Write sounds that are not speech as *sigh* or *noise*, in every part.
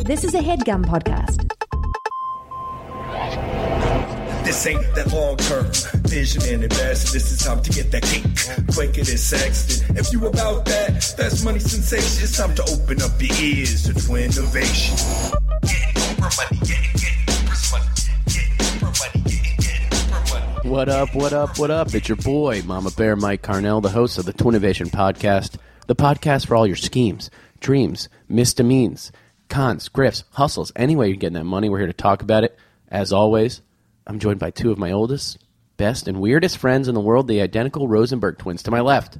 This is a headgum podcast. This ain't that long term vision and invest. This is time to get that cake quicker than Sexton. If you about that, that's money sensation. It's time to open up your ears to twin innovation. Getting Oprah money, getting getting Oprah's money, getting Oprah money, getting getting Oprah money. What up, what up, what up? It's your boy, Mama Bear Mike Carnell, the host of the Twinnovation Podcast, the podcast for all your schemes, dreams, misdemeans, cons, grifts, hustles, any way you're getting that money. We're here to talk about it. As always, I'm joined by two of my oldest, best, and weirdest friends in the world, the identical Rosenberg twins. To my left,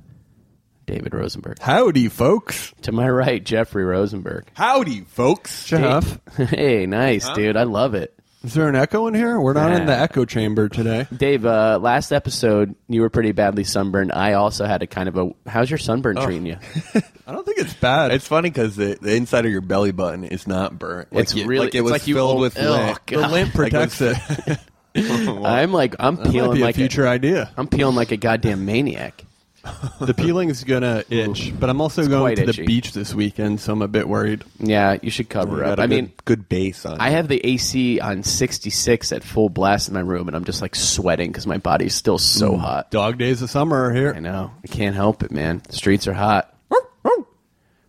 David Rosenberg. Howdy, folks. To my right, Jeffrey Rosenberg. Howdy, folks. Jeff, *laughs* hey, nice, dude. I love it. Is there an echo in here? We're not in the Nah. echo chamber today. Dave, uh, last episode you were pretty badly sunburned. I also had a kind of a. How's your sunburn Oh. treating *laughs* you? I don't think it's bad. It's funny because the, the inside of your belly button is not burnt. It's really- like it it's was like you filled old- with oh, lint. God. The *laughs* lint protects like it. I'm like I'm That might peeling be a like future idea. I'm peeling like a goddamn maniac. The peeling's gonna itch, but I'm also quite going to itchy. the beach this weekend, so I'm a bit worried. Yeah, you should cover up. I mean, good base on. I have the AC on 66 at full blast in my room, and I'm just like sweating because my body's still so Mm. hot. Dog days of summer are I here. know I can't help it, man. The streets are hot.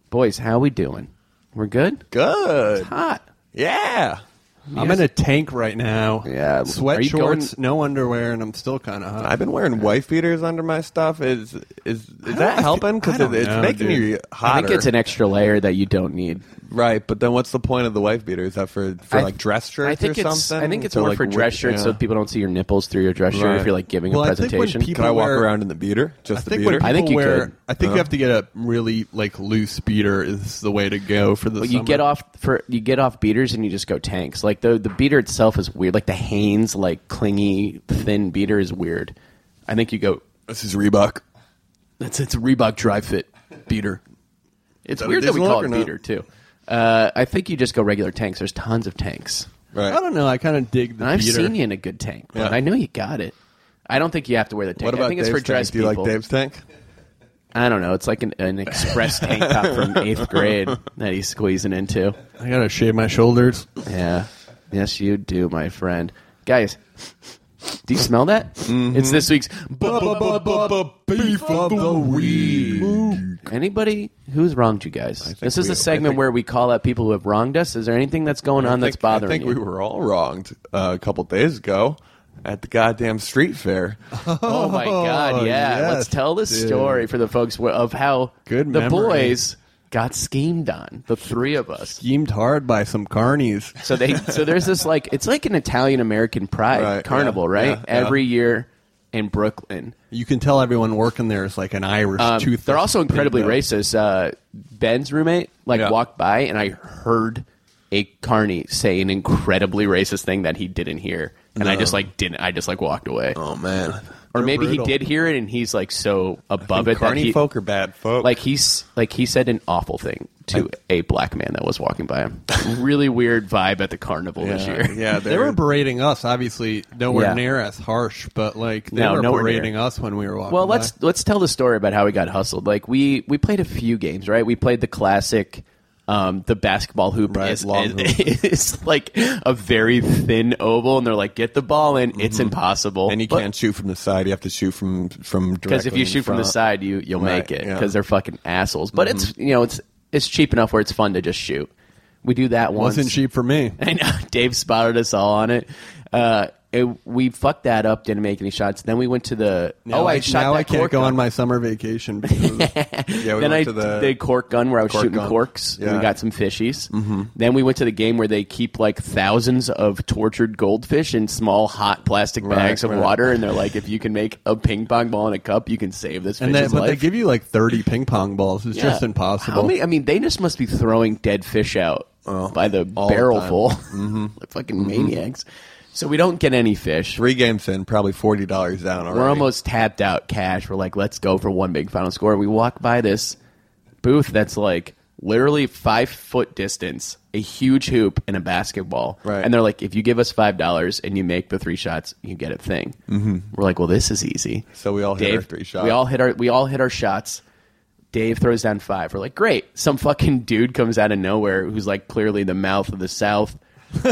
Boys, how we doing? We're good. good. Hot. Yeah, I'm in a tank right now. Yeah. Are Sweat you shorts, no underwear, and I'm still kind of hot. I've been wearing wife beaters under my stuff. Is is is that helping? I Because don't it, it's know, making dude. you I hotter. think it's an extra layer that you don't need. right, but then what's the point of the wife beater? Is that for for I- like dress shirts I think or it's, something? I think it's more like, for dress wi- shirts yeah. so people don't see your nipples through your dress shirt if Right. you're like giving Well, a I think when presentation. people- Can I walk wear- around in the beater? Just I the think beater. Uh-huh. when people I think you wear, could. I think you have to get a really like loose beater is the way to go for the. But you summer. get off for you get off beaters and you just go tanks. Like the the beater itself is weird. Like the Hanes like clingy thin beater is weird. I think you go this is Reebok. that's it's a Reebok dry fit beater. It's that a weird that we diesel call look it or not? beater too. Uh, I think you just go regular tanks. There's tons of tanks. Right. I don't know. I kind of dig the. And I've beater. seen you in a good tank, but Yeah. I know you got it. I don't think you have to wear the tank. What about I think it's Dave's for dress tank? Do you people. like Dave's tank? I don't know. It's like an, an *laughs* express tank top from eighth grade that he's squeezing into. I gotta shave my shoulders. Yeah. Yes, you do, my friend. Guys, do you smell that? Mm-hmm. It's this week's. Beef of the week. Anybody who's wronged you guys? This is we- a segment I think- where we call out people who have wronged us. Is there anything that's going on that's think- bothering I think you? we were all wronged uh, a couple days ago at the goddamn street fair. oh my god! Yeah, yes, let's tell the story for the folks wh- of how Good the memory. boys got schemed on. The three of us. *laughs* Schemed hard by some carnies. So they so there's this like it's like an Italian American Pride Right, carnival, yeah, right? yeah, yeah. Every year in Brooklyn. You can tell everyone working there is like an Irish Um, tooth. they're also incredibly pinned up. racist. Uh, Ben's roommate like Yeah. walked by, and I heard a carney say an incredibly racist thing that he didn't hear, and I just like didn't. I just like walked away, Oh man, or maybe brutal. he did hear it, and he's like so above it that carny he folk are bad folk. like he's like he said an awful thing to a black man that was walking by *laughs* him. really weird vibe at the carnival this yeah, year. yeah, They were berating us, obviously nowhere Yeah. near as harsh, but like they No, were nowhere berating near. us when we were walking. Well, by. let's let's tell the story about how we got hustled. Like we we played a few games, right? We played the classic. Um, the basketball hoop Right, is, long is- *laughs* is like a very thin oval, and they're like, "Get the ball in." It's impossible, Mm-hmm. and you can't shoot from the side. You have to shoot from from because if directly you in shoot from the front. side, you you'll Right, make it yeah. Mm-hmm. because they're fucking assholes. But it's you know it's it's cheap enough where it's fun to just shoot. We do that once. wasn't cheap for me. *laughs* I know. Dave spotted us all on it. Uh, it- we fucked that up. Didn't make any shots. Then we went to the. Now oh, I, I shot now that I can't cork go on gun. my *laughs* summer vacation. Because yeah, we then went I to the, did cork gun where I was cork shooting gun. corks. And we Yeah. got some fishies. Mm-hmm. Then we went to the game where they keep like thousands of tortured goldfish in small hot plastic Right, bags of right. water, and they're like, if you can make a ping pong ball in a cup, you can save this and fish's they, but life. they give you like thirty ping pong balls. It's Yeah. just impossible. How many, I mean, they just must be throwing dead fish out by the the barrel time. Mm-hmm. full. *laughs* Like fucking maniacs. So we don't get any fish. three games in, probably forty dollars down. Already. We're almost tapped out cash. We're like, let's go for one big final score. We walk by this booth that's like literally five foot distance, a huge hoop and a basketball. Right. And they're like, if you give us five dollars and you make the three shots, you get a thing. Mm-hmm. We're like, well, this is easy. So we all hit our three shots. We all hit our we all hit our shots. Dave throws down five. We're like, great. Some fucking dude comes out of nowhere who's like clearly the mouth of the South. *laughs*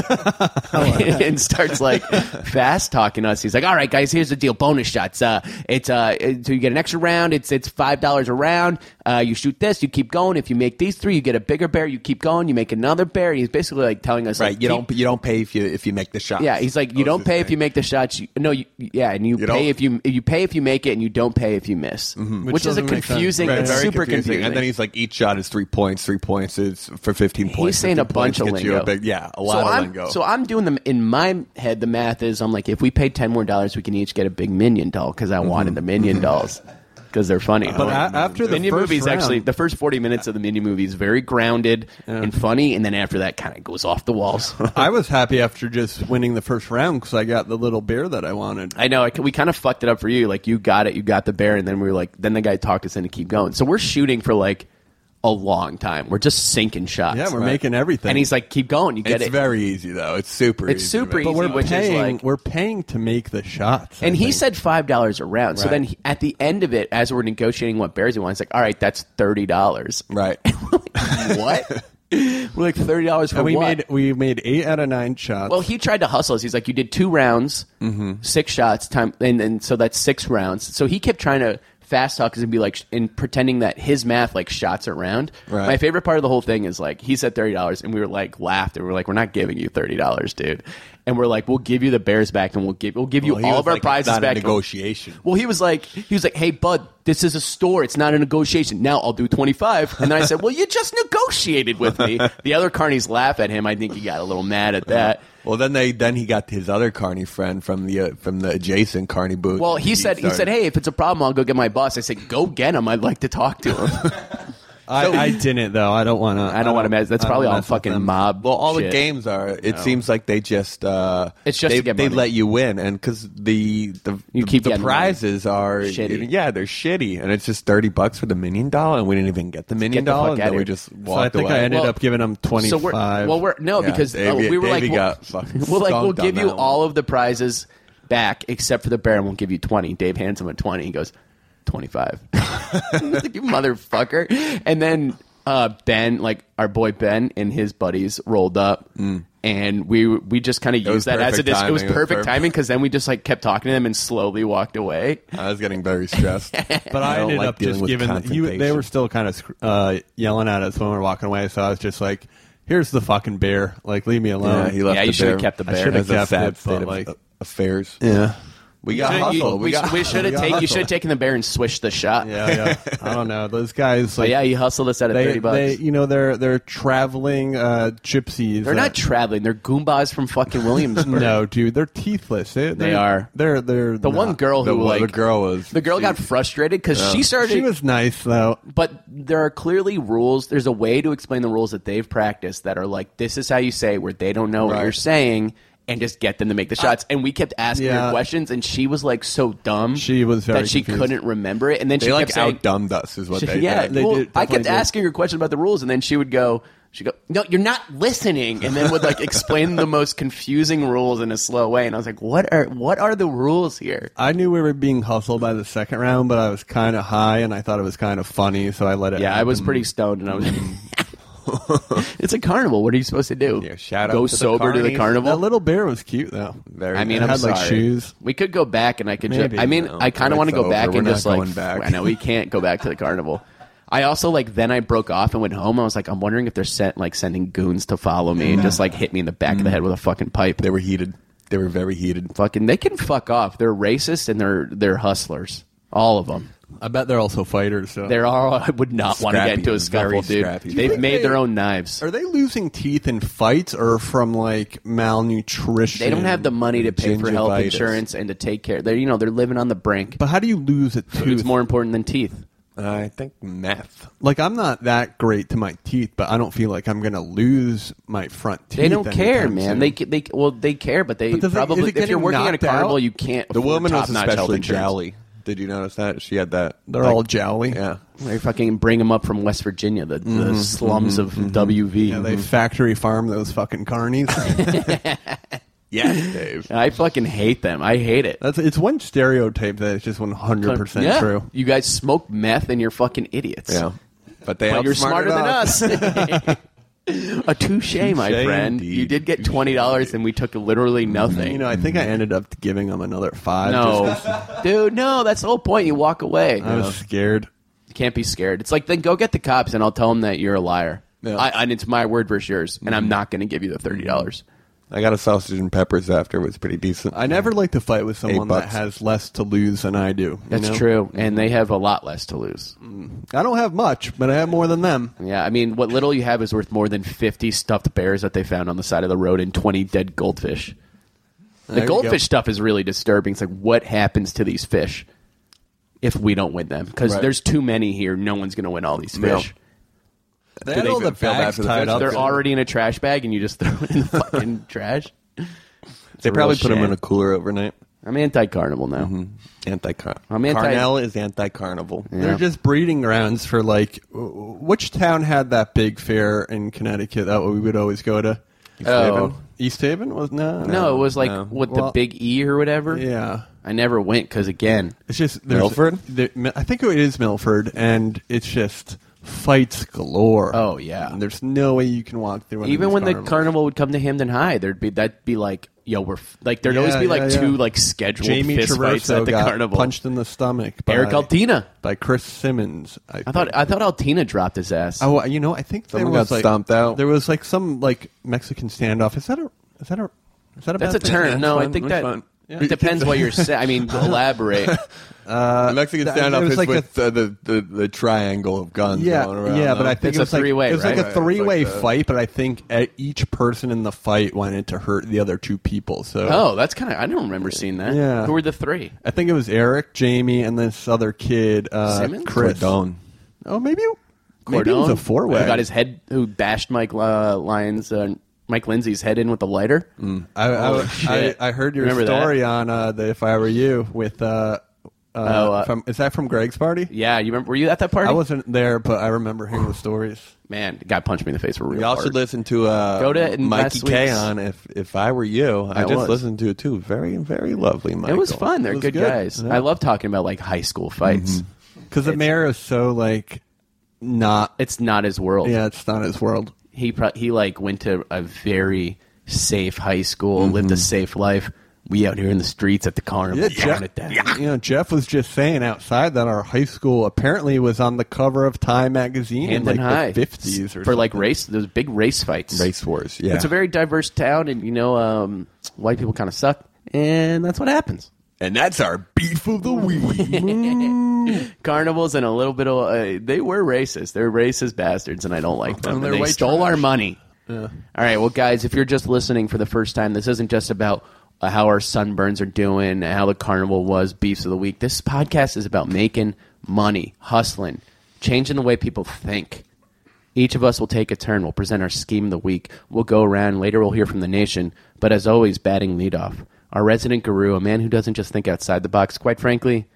and starts *laughs* like fast talking us. He's like, "All right, guys, here's the deal: bonus shots. Uh, it's uh, it- so you get an extra round. It's it's five dollars a round. Uh, you shoot this, you keep going. If you make these three, you get a bigger bear. You keep going, you make another bear. He's basically like telling us, Right. like, You keep- don't. You don't pay if you if you make the *laughs* shot. yeah, he's like, you don't pay if you make the shots. You, no, you, yeah, and you, pay You don't- Mm-hmm. if you you pay if you make it, and you don't pay if you miss, which, is a doesn't make sense. confusing, Right, it's very super confusing. And then he's like, each shot is three points. Three points is for fifteen He's points. saying a 15 points bunch of gets you lingo. a big- yeah, a lot so of I'm, lingo. So I'm doing them in my head. The math is I'm like, if we pay ten more dollars, we can each get a big minion doll because I wanted Mm-hmm. the minion *laughs* dolls because they're funny. But a- after the minion first movies, round- actually, the first forty minutes of the minion movie is very grounded and funny, and then after that, kind of goes off the walls. *laughs* I was happy after just winning the first round because I got the little bear that I wanted. I know I, we kind of fucked it up for you. Like you got it, you got the bear, and then we were like, then the guy talked us into keep going. So we're shooting for like a long time. We're just sinking shots. yeah, we're right. making everything. and he's like, keep going, you get it's it. very easy though. It's super. It's easy super man. easy. but we're which is paying. like- we're paying to make the shots. I And he think. said five dollars a round. So Right. then he, at the end of it, as we're negotiating what bears he wants, like, all right, that's thirty dollars. Right. *laughs* what? *laughs* we're like thirty dollars for And we what? made we made eight out of nine shots. well, he tried to hustle us. He's like, you did two rounds, Mm-hmm. six shots, time, and, and so that's six rounds. So he kept trying to fast talk us and be like, and pretending that his math like shots around. Right. My favorite part of the whole thing is like he said thirty dollars, and we were like laughed, and we are like, we're not giving you thirty dollars, dude. And we're like, we'll give you the bears back, and we'll give we'll give Well, you he all was of our like, prizes it's not back. A and we'll- negotiation. well, he was like, he was like, hey, bud, this is a store. It's not a negotiation. Now I'll do twenty five. And then I said, well, you just negotiated with *laughs* me. The other carnies laugh at him. I think he got a little mad at that. Well, then they then he got his other Carney friend from the uh, from the adjacent Carney booth. Well, he said, he started- said, hey, if it's a problem, I'll go get my boss. I said, go get him. I'd like to talk to him. *laughs* I, I didn't though. I don't want to. I don't want to mess. That's probably all fucking mob. Well, all the shit. games are. It seems like they just uh, It's just they, to get they money. let you win, and because the the You keep the getting money. prizes are Shitty. Yeah, they're shitty, and it's just thirty bucks for the minion doll, and we didn't even get the minion the doll, fuck and outta then we here. just So I walked think away. I ended Well, up giving him twenty So we're five. well, we're no Yeah, because uh, Davey- we were Davey like, well- got fucking we're like, *laughs* we'll skunked give on you that one. all of the prizes back except for the bear, and we'll give you twenty. Dave hands him a twenty. He goes, twenty *laughs* five. like you motherfucker. And then uh, Ben, like our boy Ben and his buddies, rolled up. And we we just kind of Mm. was used that as a perfect dis- it was timing. It was perfect perfect. timing because then we just like kept talking to them and slowly walked away. I was getting *laughs* very stressed. but *laughs* But I, don't ended like up dealing just with giving you. They confrontation. were still kind of uh, yelling at us when we were walking away. So I was just like, "Here's the fucking bear. Like, leave me alone." yeah, he left Yeah, the you should've bear. kept the I bear. should've That's a kept sad it, state but, of like, a- affairs. yeah, We got You- hustled. we got- should have got taken you hustled. should have taken the bear and swished the shot. yeah, yeah. I don't know. Those guys, like, But yeah, he hustled us out of they, thirty bucks. they, you know, they're they're traveling uh, gypsies. They're not that- traveling. They're goombas from fucking Williamsburg. *laughs* no, dude, they're teethless. They, they, are. They're they're The one girl who The one- like the girl was- the girl got frustrated because she started. She was nice though. but there are clearly rules. There's a way to explain the rules that they've practiced that are like this is how you say where they don't know what Right. you're saying and just get them to make the shots. and we kept asking her Yeah. questions, and she was like so dumb. She was very that she confused. couldn't remember it, and then They she like kept saying, out dumbed us, is *laughs* what Uh, they yeah, did. they well, did- I definitely kept did. asking her question about the rules, and then she would go, she would go, no, you're not listening, and then would like explain the most confusing rules in a slow way, and I was like, what are what are the rules here? I knew we were being hustled by the second round, but I was kind of high and I thought it was kind of funny, so I let it. Yeah, I was happen. pretty stoned, and I was. *laughs* it's a carnival. What are you supposed to do? Yeah, shout out go to the sober to the carnies. carnival. That little bear was cute though. Very I mean, It I'm had sorry. like shoes. We could go back, and I could. Just, Maybe. I mean, No, I kind of it's want to go over. back We're and not just like. going back. I know we can't go back to the carnival. I also like. Then I broke off and went home. I was like, I'm wondering if they're sent like sending goons to follow me and just like hit me in the back Mm. of the head with a fucking pipe. They were heated. They were very heated. fucking. They can fuck off. They're racist and they're they're hustlers. All of them. I bet they're also fighters. So They're all. I would not want to get Scrappy, into a scuffle, very dude. scrappy. They've made they- their own knives. Are they losing teeth in fights or from like malnutrition? They don't have the money to pay for health Gingivitis. insurance and to take care. They're you know they're living on the brink. But how do you lose a Food's tooth? more important than teeth. I think meth. like I'm not that great to my teeth, but I don't feel like I'm gonna lose my front teeth. They don't care, anytime man. soon. They they well they care, but they But does it- is probably it if you're getting working at a knocked carnival, out? you can't. The afford woman was top-notch health especially insurance. jowly. Did you notice that? She had that. They're like- all jowly. Yeah. *laughs* They fucking bring them up from West Virginia, the, the Mm-hmm, slums of Mm-hmm. WV. *laughs* Yeah, they factory farm those fucking carnies. Yes, Dave. I fucking hate them. I hate it. That's it's one stereotype that is just one hundred percent Yeah. true. You guys smoke meth and you're fucking idiots. Yeah. But they But you're smarter outsmarted than us. *laughs* A touche, my Touche friend. indeed. You did get twenty dollars, and we took literally nothing. You know, I think I ended up giving them another five. no, just 'cause dude, no. That's the whole point. You walk away. I was scared. You can't be scared. It's like then go get the cops, and I'll tell them that you're a liar. Yeah. Mm-hmm. I, and it's my word versus yours, and I'm not going to give you the thirty dollars. I got a sausage and peppers after. It was pretty decent. I never like to fight with someone that bucks. has less to lose than I do. you That's know? true, Mm-hmm. and they have a lot less to lose. I don't have much, but I have more than them. Yeah, I mean, what little you have is worth more than 50 stuffed bears that they found on the side of the road and 20 dead goldfish. There The you goldfish go. stuff is really disturbing. It's like, what happens to these fish if we don't win them? Because Right. there's too many here. No one's going to win all these No. fish. They had all the bags tied up. They're Good. already in a trash bag, and you just throw *laughs* it in the fucking trash. they a probably real put them shame. in a cooler overnight. I'm anti carnival now. Mm-hmm. Anti carnival. Oh, I'm anti- Carnell is anti carnival. They're just breeding grounds for like, w- w- which town had that big fair in Connecticut that we would always go to? East Oh. Haven. East Haven was no, No, it was like no. with the Well- big E or whatever. yeah. I never went because, again, It's just there's, Milford? there- Mi- I think it is Milford, and it's just fights galore. Oh, yeah. And there's no way you can walk through. one of even these when the carnivals. carnival would come to Hamden High, there'd be that'd be like, yo, we're f-, like there'd always Yeah, be like yeah, two yeah. like scheduled Jamie fist fights at Traverso the got carnival. punched in the stomach. By, Eric Altina. by Chris Simmons. I, I thought think. I thought Altina dropped his ass. Oh, you know, I think there Someone got was, like, stomped out. There was like some like Mexican standoff. Is that a? Is that a? Is that a? That's a bad thing? term. No, I fine. think That's that fine. Yeah. it depends what you're saying. I *laughs* mean, elaborate. the Mexican th- standoff uh, it was is like with uh, the, the, the triangle of guns Yeah, going around. Uh, yeah, no? but I think It's it a was like, three-way, It was right? like Right, a it's three-way like the- fight, but I think uh, each person in the fight wanted to hurt the other two people. So oh, that's kind of I don't remember seeing that. Yeah. Who were the three? I think it was Eric, Jamie, and this other kid, uh, Simmons? Chris. Cordone. Oh, maybe maybe it was Cordone, a four-way. Who got his head? Who bashed Mike uh, Lyons? Uh, Mike Lindsay's head in with a lighter. I, I, Holy shit. I, I heard your Remember that? story on uh, the "If I Were You" with. Uh, uh, Oh, uh, from, is that from Greg's party? Yeah, you remember? Were you at that party? I wasn't there, but I remember hearing the stories. Man, the guy punched me in the face. Real Y'all hard. should listen to uh, Go to Mikey last K week's- on if if I were you. I, I just was. listened to it too. Very very lovely. Michael. It was fun. They're was good, good. guys. Yeah. Mm-hmm. I love talking about like high school fights. Because the mayor is so like not. It's not his world. Yeah, it's not his world. he pro- he like went to a very safe high school, Mm-hmm. lived a safe life. We out here in the streets at the carnival, throwing it down. You know, Jeff was just saying outside that our high school apparently was on the cover of Time magazine Hamden in High, like the fifties or for like something. race, those big race fights. Race wars. Yeah, It's a very diverse town, and you know, um, white people kind of suck, and that's what happens. and that's our beef of the week. *laughs* Carnivals and a little bit of uh, they were racist. They're racist bastards, and I don't like them. And And they're they white stole trash. our money. All right, well, guys, if you're just listening for the first time, this isn't just about uh, how our sunburns are doing, how the carnival was, beefs of the week. This podcast is about making money, hustling, changing the way people think. Each of us will take a turn. We'll present our scheme of the week. We'll go around. Later, we'll hear from the nation. But as always, batting leadoff. Our resident guru, a man who doesn't just think outside the box. Quite frankly,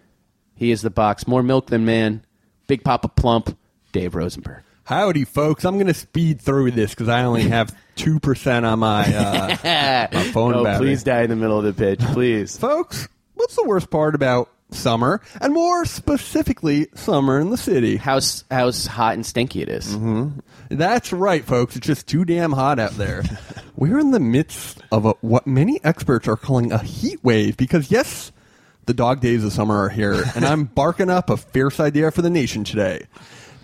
he is the box. More milk than man. Big Papa Plump, Dave Rosenberg. Howdy, folks! I'm going to speed through this because I only have two percent on my uh, *laughs* my phone oh, battery. please die in the middle of the pitch. Please. folks. What's the worst part about summer, and more specifically, summer in the *laughs* city? how, s- how s- hot and stinky it is. Mm-hmm. That's right, folks. It's just too damn hot out there. We're in the midst of a, what many experts are calling a heat wave because, yes, the dog days of summer are here, and *laughs* I'm barking up a fierce idea for the nation today.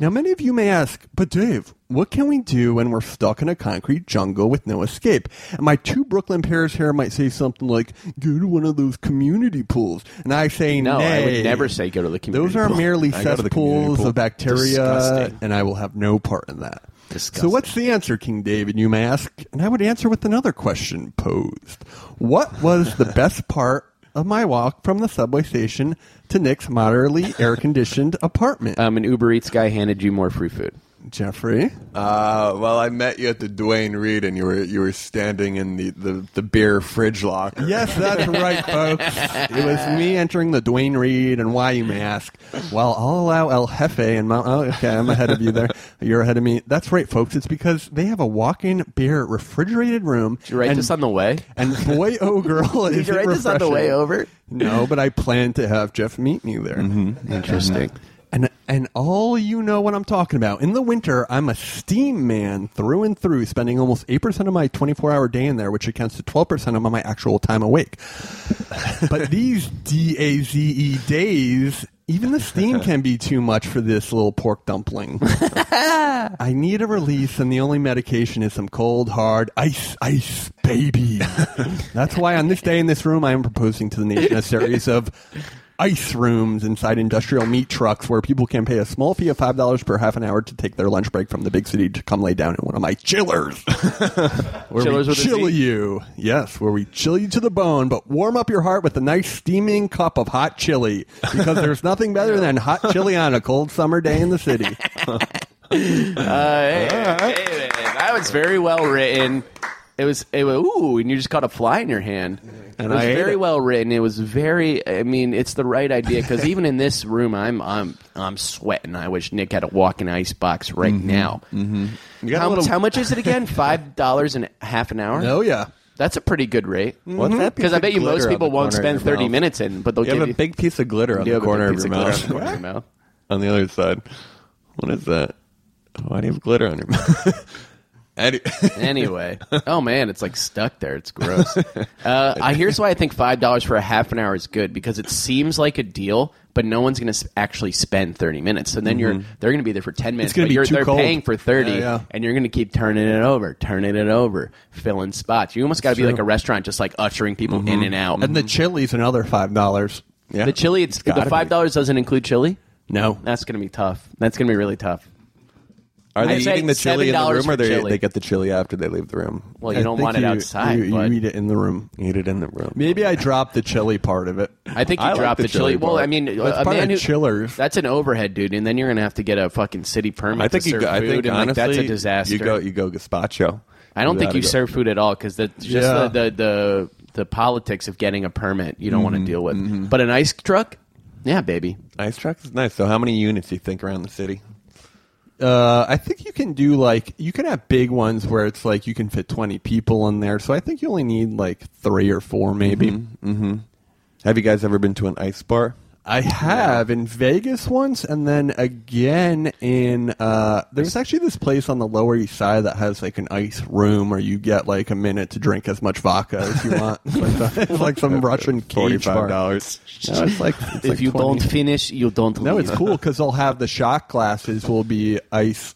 Now, many of you may ask, but Dave, what can we do when we're stuck in a concrete jungle with no escape? And my two Brooklyn pairs here might say something like, go to one of those community pools. And I say, No, I "Nay." would never say go to the community. Those are pool. merely I go to the community cesspools pool. of bacteria, Disgusting. and I will have no part in that. Disgusting. So, what's the answer, King David? You may ask, and I would answer with another question posed: What *laughs* was the best part of my walk from the subway station to Nick's moderately air-conditioned apartment? Um, an Uber Eats guy handed you more free food. Jeffrey. Uh, well, I met you at the Dwayne Reed, and you were you were standing in the, the, the beer fridge locker. Yes, that's right, folks. It was me entering the Dwayne Reed and why you may ask. Well, I'll allow El Jefe and Mount. Oh, okay, I'm ahead of you there. You're ahead of me. That's right, folks. It's because they have a walk-in beer refrigerated room. Did you write and, this on the way? And boy, *laughs* oh girl, is Did you it write this on the refreshing. way over? No, but I plan to have Jeff meet me there. Interesting. And and all you know what I'm talking about. In the winter, I'm a steam man through and through, spending almost eight percent of my 24 hour day in there, which accounts to 12 percent of my actual time awake. but these D A Z E days. Even the steam can be too much for this little pork dumpling. I need a release, and the only medication is some cold, hard ice, ice, baby. That's why on this day in this room, I am proposing to the nation a series of ice rooms inside industrial meat trucks where people can pay a small fee of $5 per half an hour to take their lunch break from the big city to come lay down in one of my *laughs* chillers. where Chillers with we a chill Z? you. Yes, where we chill you to the bone, but warm up your heart with a nice steaming cup of hot chili because there's nothing better than hot chili on a cold summer day in *laughs* the city. Uh, hey, hey, hey, hey, that was very well written. It was, it was ooh, and you just caught a fly in your hand. it was I ate very it. well written. It was very. I mean, it's the right idea because even in this room, I'm I'm I'm sweating. I wish Nick had a walk-in ice box right now. Mm-hmm. got a How, little- how much is it *laughs* again? Five dollars and half an hour. Oh, yeah. That's a pretty good rate. Mm-hmm. What's that piece Because I of bet you glitter most on people the won't corner spend of your thirty mouth? minutes in, but they'll You give have you a big piece of glitter on you have a the big corner of piece your of glitter on mouth. the corner of your mouth. *laughs* on the other side. What is that? Why do you have glitter on your mouth? *laughs* Any- Anyway, oh man, it's like stuck there. It's gross. Uh, I here's why I think five dollars for a half an hour is good because it seems like a deal, but no one's going to actually spend thirty minutes. So then you're they're going to be there for ten minutes. Mm-hmm. gonna but be you're, too they're cold. paying for thirty, Yeah, yeah. and you're going to keep turning it over, turning it over, filling spots. You almost got to be true. Mm-hmm. like a restaurant, just like ushering people in and out. And the chili's another five dollars. yeah. the chili, it's, the gotta be. five dollars doesn't include chili. No, That's going to be tough. That's going to be really tough. Are they I'd say eating the chili in the $7 room, or for they, chili. they get the chili after they leave the room? Well, I you don't think want it you- outside. You, you but- eat it in the room. Eat it in the room. Maybe I dropped the chili part of it. I think you I like dropped the the, chili. chili Well, part. I mean, That's a part man of who chillers. That's an overhead, dude, and then you're gonna have to get a fucking city permit. I think to you. serve Go, I food, think and, honestly, like, that's a disaster. You go. You go gazpacho. I don't think Without you a go- serve food at all because that's just the, Yeah. the the the politics of getting a permit. You don't want Mm-hmm. to deal with. But an ice truck, yeah, baby. Ice truck is nice. So, how many units do you think around the city? Uh, I think you can do like you can have big ones where it's like you can fit twenty people in there. So I think you only need like three or four, maybe. Mm-hmm. Have you guys ever been to an ice bar? I have in Vegas once, and then again in uh, there's actually this place on the Lower East Side that has like an ice room where you get like a minute to drink as much vodka as you want. it's like, the- it's *laughs* like some Russian cage Forty-five bar. dollars. No, it's like it's if like you 20. don't finish, you don't. No, it's leave. cool because they'll have the shot glasses will be ice,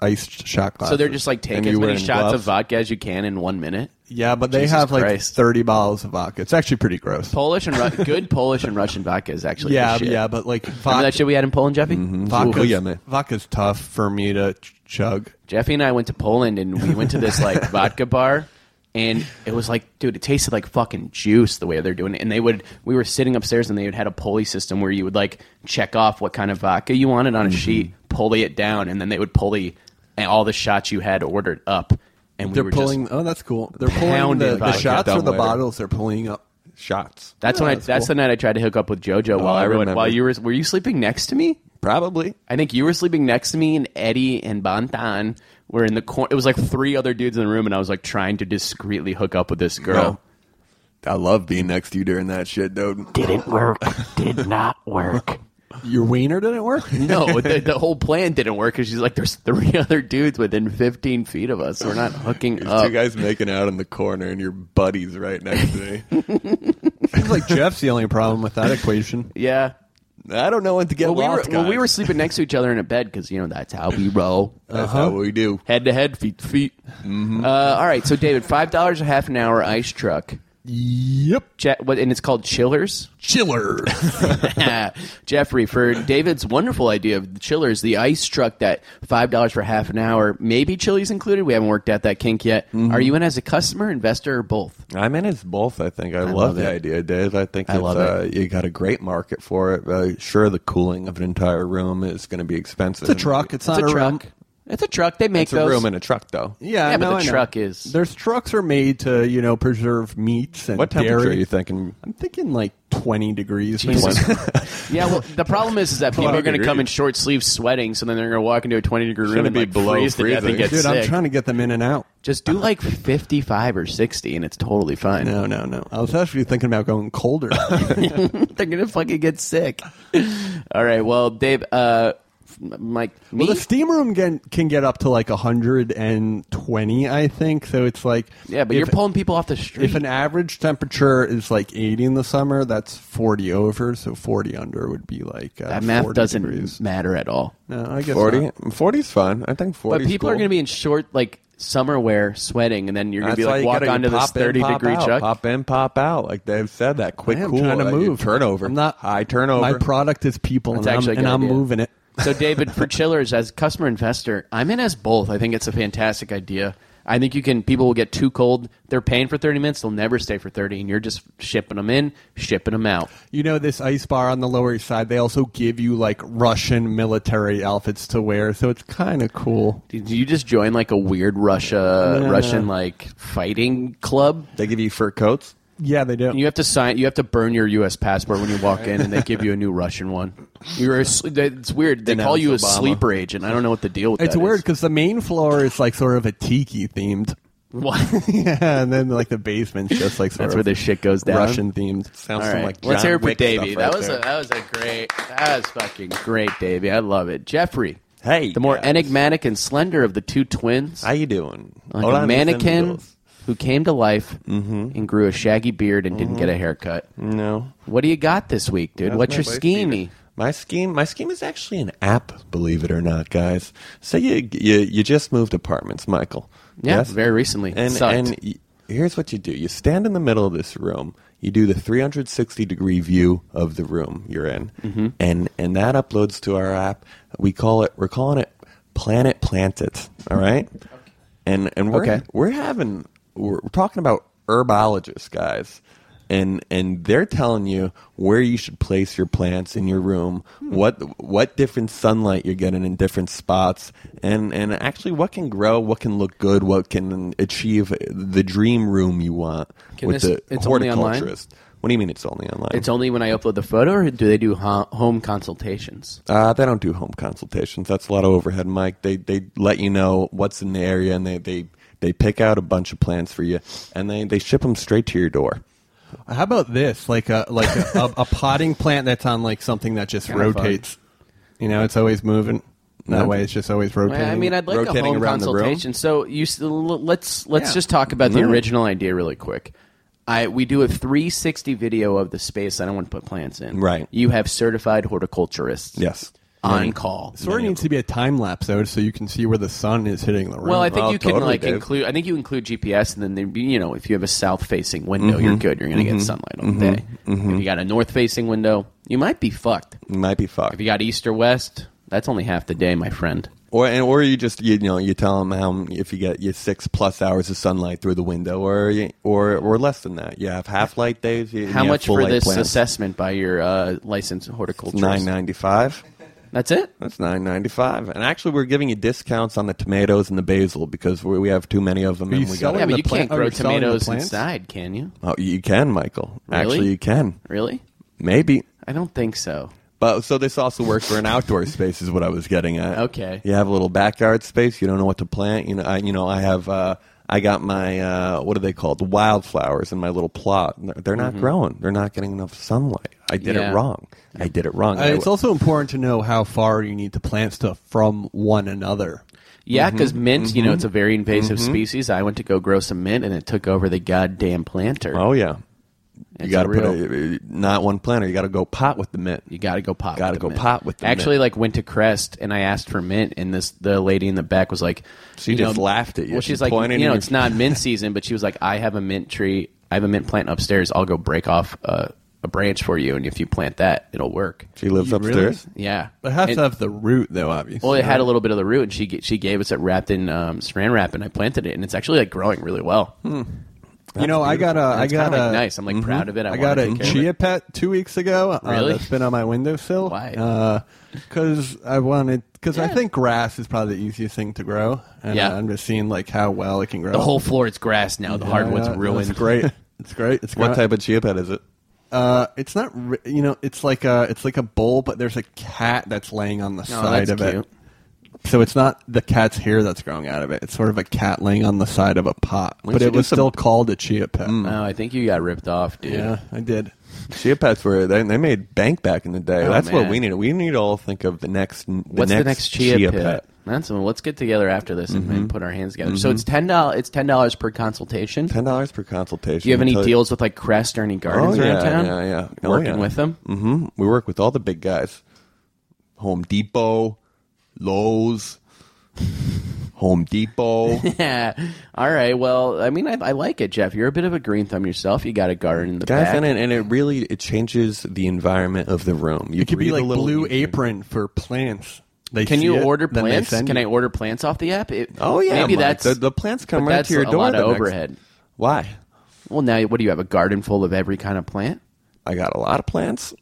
iced shot glasses. So they're just like take And as you many wearing shots of gloves? vodka as you can in one minute. yeah, but they Jesus have like Christ. thirty bottles of vodka. It's actually pretty gross. Polish and Ru- good Polish and Russian vodka is actually yeah, the shit. yeah, but like Remember that vodka, shit we had in Poland, Jeffy? vodka's, Mm-hmm. yeah, man. vodka's tough for me to ch- chug. Jeffy and I went to Poland and we went to this *laughs* like vodka bar and it was like dude it tasted like fucking juice the way they're doing it and they would we were sitting upstairs and they had had a pulley system where you would like check off what kind of vodka you wanted Mm-hmm. on a sheet pulley it down and then they would pulley and all the shots you had ordered up and we They're were pulling. just, oh, that's cool. They're pulling pounding the, the vodka shots or down the later. bottles. They're pulling up. Shots. that's when Yeah, I that's that's, cool. the Oh, night I tried to hook up with JoJo while I everyone remember. while you were were you sleeping next to me Probably. I think you were sleeping next to me, and Eddie and Bantan were in the corner. It was like three other dudes in the room, and I was like trying to discreetly hook up with this girl. I love being next to you during that shit, dude. Didn't work. Did not work. Your wiener didn't *laughs* work. No, *laughs* the, the whole plan didn't work because she's like, there's three *laughs* other dudes within 15 feet of us. We're not hooking There's up. two guys making out in the corner, and your buddies right next to *laughs* me. Seems like Jeff's the only problem with that equation. Yeah. I don't know when to get Well, we were lost. well, we guys. Uh, were sleeping next to each other in a bed because you know that's how *laughs* we roll. That's how Uh-huh. we do. Head to head, feet to feet. Mm-hmm. Uh, all right, so David, five dollars a half an hour ice truck. Yep, Je- what, and it's called Chillers. *laughs* *laughs* chiller. Jeffrey, for David's wonderful idea of the chillers, the ice truck that five dollars for half an hour, maybe chilies included. We haven't worked out that kink yet. Are you in as a customer, investor, or both? I'm in as both. I think I, love, love the it. idea, Dave. I think I it's, love uh, you got a great market for it. Uh, sure, the cooling of an entire room is going to be expensive. It's a truck. It's It's, not a a room. truck. It's a truck. They make It's a those. room in a truck, though. Yeah, Yeah, but no, the I know. truck is- There's trucks are made to you know preserve meats and What temperature dairy. are you thinking? I'm thinking like 20 degrees. Jesus. maybe. yeah, well, the problem is, is that people are going to degrees. come in short sleeves, sweating, so then they're going to walk into a twenty degree room gonna and be like, below freeze to death and freezing. get Dude, sick. I'm trying to get them in and out. Just do like fifty five or sixty, and it's totally fine. No, no, no. I was actually thinking about going *laughs* colder. they're going to fucking get sick. *laughs* All right, well, Dave, uh, f- Mike, me? well, the steam room can, can get up to like 120, I think. So it's like yeah, but if- you're pulling people off the street. If an average temperature is like 80 in the summer, that's 40 over. So 40 under would be like uh, that math 40 doesn't degrees. matter at all. No, I guess 40? not. 40's fun. I think 40 But people are going to be in short, like summer wear, sweating, and then you're going to be like walk onto this thirty degree out, truck. Pop in, pop out. Like they've said, that quick, I am cool, trying to like, you move. turnover. I'm not high turnover. My product is people, That's and, I'm, actually a and good I'm idea. moving it. *laughs* So, David, for chillers, as customer investor, I'm in as both. I think it's a fantastic idea. I think you can. People will get too cold. They're paying for 30 minutes. They'll never stay for 30, and you're just shipping them in, shipping them out. You know, this ice bar on the Lower East Side, they also give you like Russian military outfits to wear. So it's kind of cool. Did you just join like a weird Russia, No. Russian like fighting club? they give you fur coats. Yeah, they do. And you have to sign. You have to burn your U.S. passport when you walk in, and they give you a new Russian one. You're. A, sl- they- it's weird. They call Denounce you a Obama. sleeper agent. I don't know what the deal with it's that weird is. because the main floor is like sort of a tiki themed. *laughs* What? yeah, and then like the basement's just like sort That's of where this shit goes down. Russian themed. Sounds All right. some, like Let's John hear it for Wick stuff Davey. right that was there. a that was a great that was fucking great, Davey. I love it. Jeffrey. Hey, The more guys. enigmatic and slender of the two twins. How you doing? like Hola, a mis mannequin amigos. who came to life Mm-hmm. and grew a shaggy beard and didn't get a haircut. No. What do you got this week, dude? Mm-hmm. That's What's my your wife, scheme? Peter. My scheme, my scheme is actually an app. Believe it or not, guys. So you you, you just moved apartments, Michael. Yeah, very recently. And Sucked. and y- here's what you do: you stand in the middle of this room. You do the 360 degree view of the room you're in, Mm-hmm. and and that uploads to our app. We call it. We're calling it Planet Planted. All right. And and we're Okay. we're having we're, we're talking about herbologists, guys. And and they're telling you where you should place your plants in your room, Hmm. what what different sunlight you're getting in different spots, and and actually what can grow, what can look good, what can achieve the dream room you want Can with this- the it's only online? horticulturist. What do you mean it's only online? It's only when I upload the photo, or do they do ho- home consultations? Uh, they don't do home consultations. That's a lot of overhead, Mike. They they let you know what's in the area, and they they, they pick out a bunch of plants for you, and they, they ship them straight to your door. How about this? Like a like a, a, a potting plant that's on like something that just Kinda fun. rotates. You know, it's always moving. That No. way, it's just always Well, rotating. I mean, I'd like a rotating home around the room. consultation. So you s- l- let's let's Yeah. just talk about the Mm. original idea really quick. I we do a 360 video of the space I don't want to put plants in. Right. You have certified horticulturists. Yes. On call. sort of needs to be a time lapse though, so you can see where the sun is hitting the room. Well, I think Well, you can Oh, totally, like Dave. include. I think you include GPS, and then there be- you know if you have a south facing window, Mm-hmm. you're good. You're going to get sunlight all day. If you got a north facing window, you might be fucked. You might be fucked. If you got east or west, that's only half the day, my friend. Or and, or you just you, know you tell them how if you get your six plus hours of sunlight through the window, or you, or or less than that. You have half light days. You, How much for this success? assessment by your uh, licensed horticulturist? Nine ninety five. That's it. That's nine ninety five, and actually we're giving you discounts on the tomatoes and the basil because we, we have too many of them. Are you and we got selling Yeah, but the you plant- can't oh, grow you're selling the tomatoes plants? inside, can you? Oh, you can, Michael. Really? Actually, you can. Really? Maybe. I don't think so. But so this also works for an outdoor space, is what I was getting at. Okay. You have a little backyard space. You don't know what to plant. You know, I, you know, I have, uh, I got my, uh, what are they called? The wildflowers in my little plot. They're they're not growing. They're not getting enough sunlight. I did Yeah. it wrong. I did it wrong. Uh, I it's w- also important to know how far you need to plant stuff from one another. Yeah, Mm-hmm. because mint, you know, it's a very invasive species. I went to go grow some mint, and it took over the goddamn planter. oh yeah. It's you got to put real- a, uh, not one planter. You got to go pot with the mint. You got to go pot. Gotta with the go mint. pot with the Actually, mint. like went to Crest, and I asked for mint, and this the lady in the back was like, She you just know- laughed at you. Well, She she's like, pointed you know, and- it's not *laughs* mint season, but she was like, I have a mint tree. I have a mint plant upstairs. I'll go break off a, a branch for you, and if you plant that, it'll work. She lives You really? upstairs. Yeah, But it has And- to have the root, though. Obviously, Well, it had a little bit of the root, and she g- she gave us it wrapped in um, saran wrap, and I planted it, and it's actually like growing really well. you know, I got a, Hmm, I It's kinda, got a Mm-hmm. like, nice. I'm like proud of it. I, I wanna got a take care of it. chia pet two weeks ago. uh, Really? that's been on my windowsill. Why? Because I wanted. Because I think grass is probably the easiest thing to grow. And Yeah. uh, I'm just seeing like how well it can grow. The whole floor is grass now. The hardwood's Yeah, yeah, ruined. It's great. *laughs* It's great. It's What gra- type of chia pet is it? Uh, it's not. ri- You know, it's like a it's like a bowl, but there's a cat that's laying on the side Oh, that's of cute. it. So it's not the cat's hair that's growing out of it. It's sort of a cat laying on the side of a pot, We but should it do was some- still called a chia pet. Oh, I think you got ripped off, dude. Yeah, I did. Chia pets were they, they made bank back in the day. Oh, That's what man. we need. We need to all think of the next. The What's next the next chia, chia pet? pet? Mm-hmm. That's well, let's get together after this and, and put our hands together. So it's ten dollars. It's ten dollars per consultation. Ten dollars per consultation. Do you have any Tell- deals with like Crest or any gardens Oh, yeah, around town? yeah, yeah. Oh, Working yeah. with them. hmm We work with all the big guys: Home Depot, Lowe's, Home Depot. *laughs* Yeah. All right. Well, I mean, I, I like it, Jeff. You're a bit of a green thumb yourself. You got a garden in *laughs* the guys, back. and it, and it really it changes the environment of the room. You It could be breathe a like little Blue easier. Apron for plants. They Can see you it, order then they plants? send Can you- I order plants off the app? It- Oh yeah, Maybe Mike. that's the, the plants come but right that's to your a door. lot the of next- overhead. Why? Well, now what do you have? A garden full of every kind of plant, I got a lot of plants.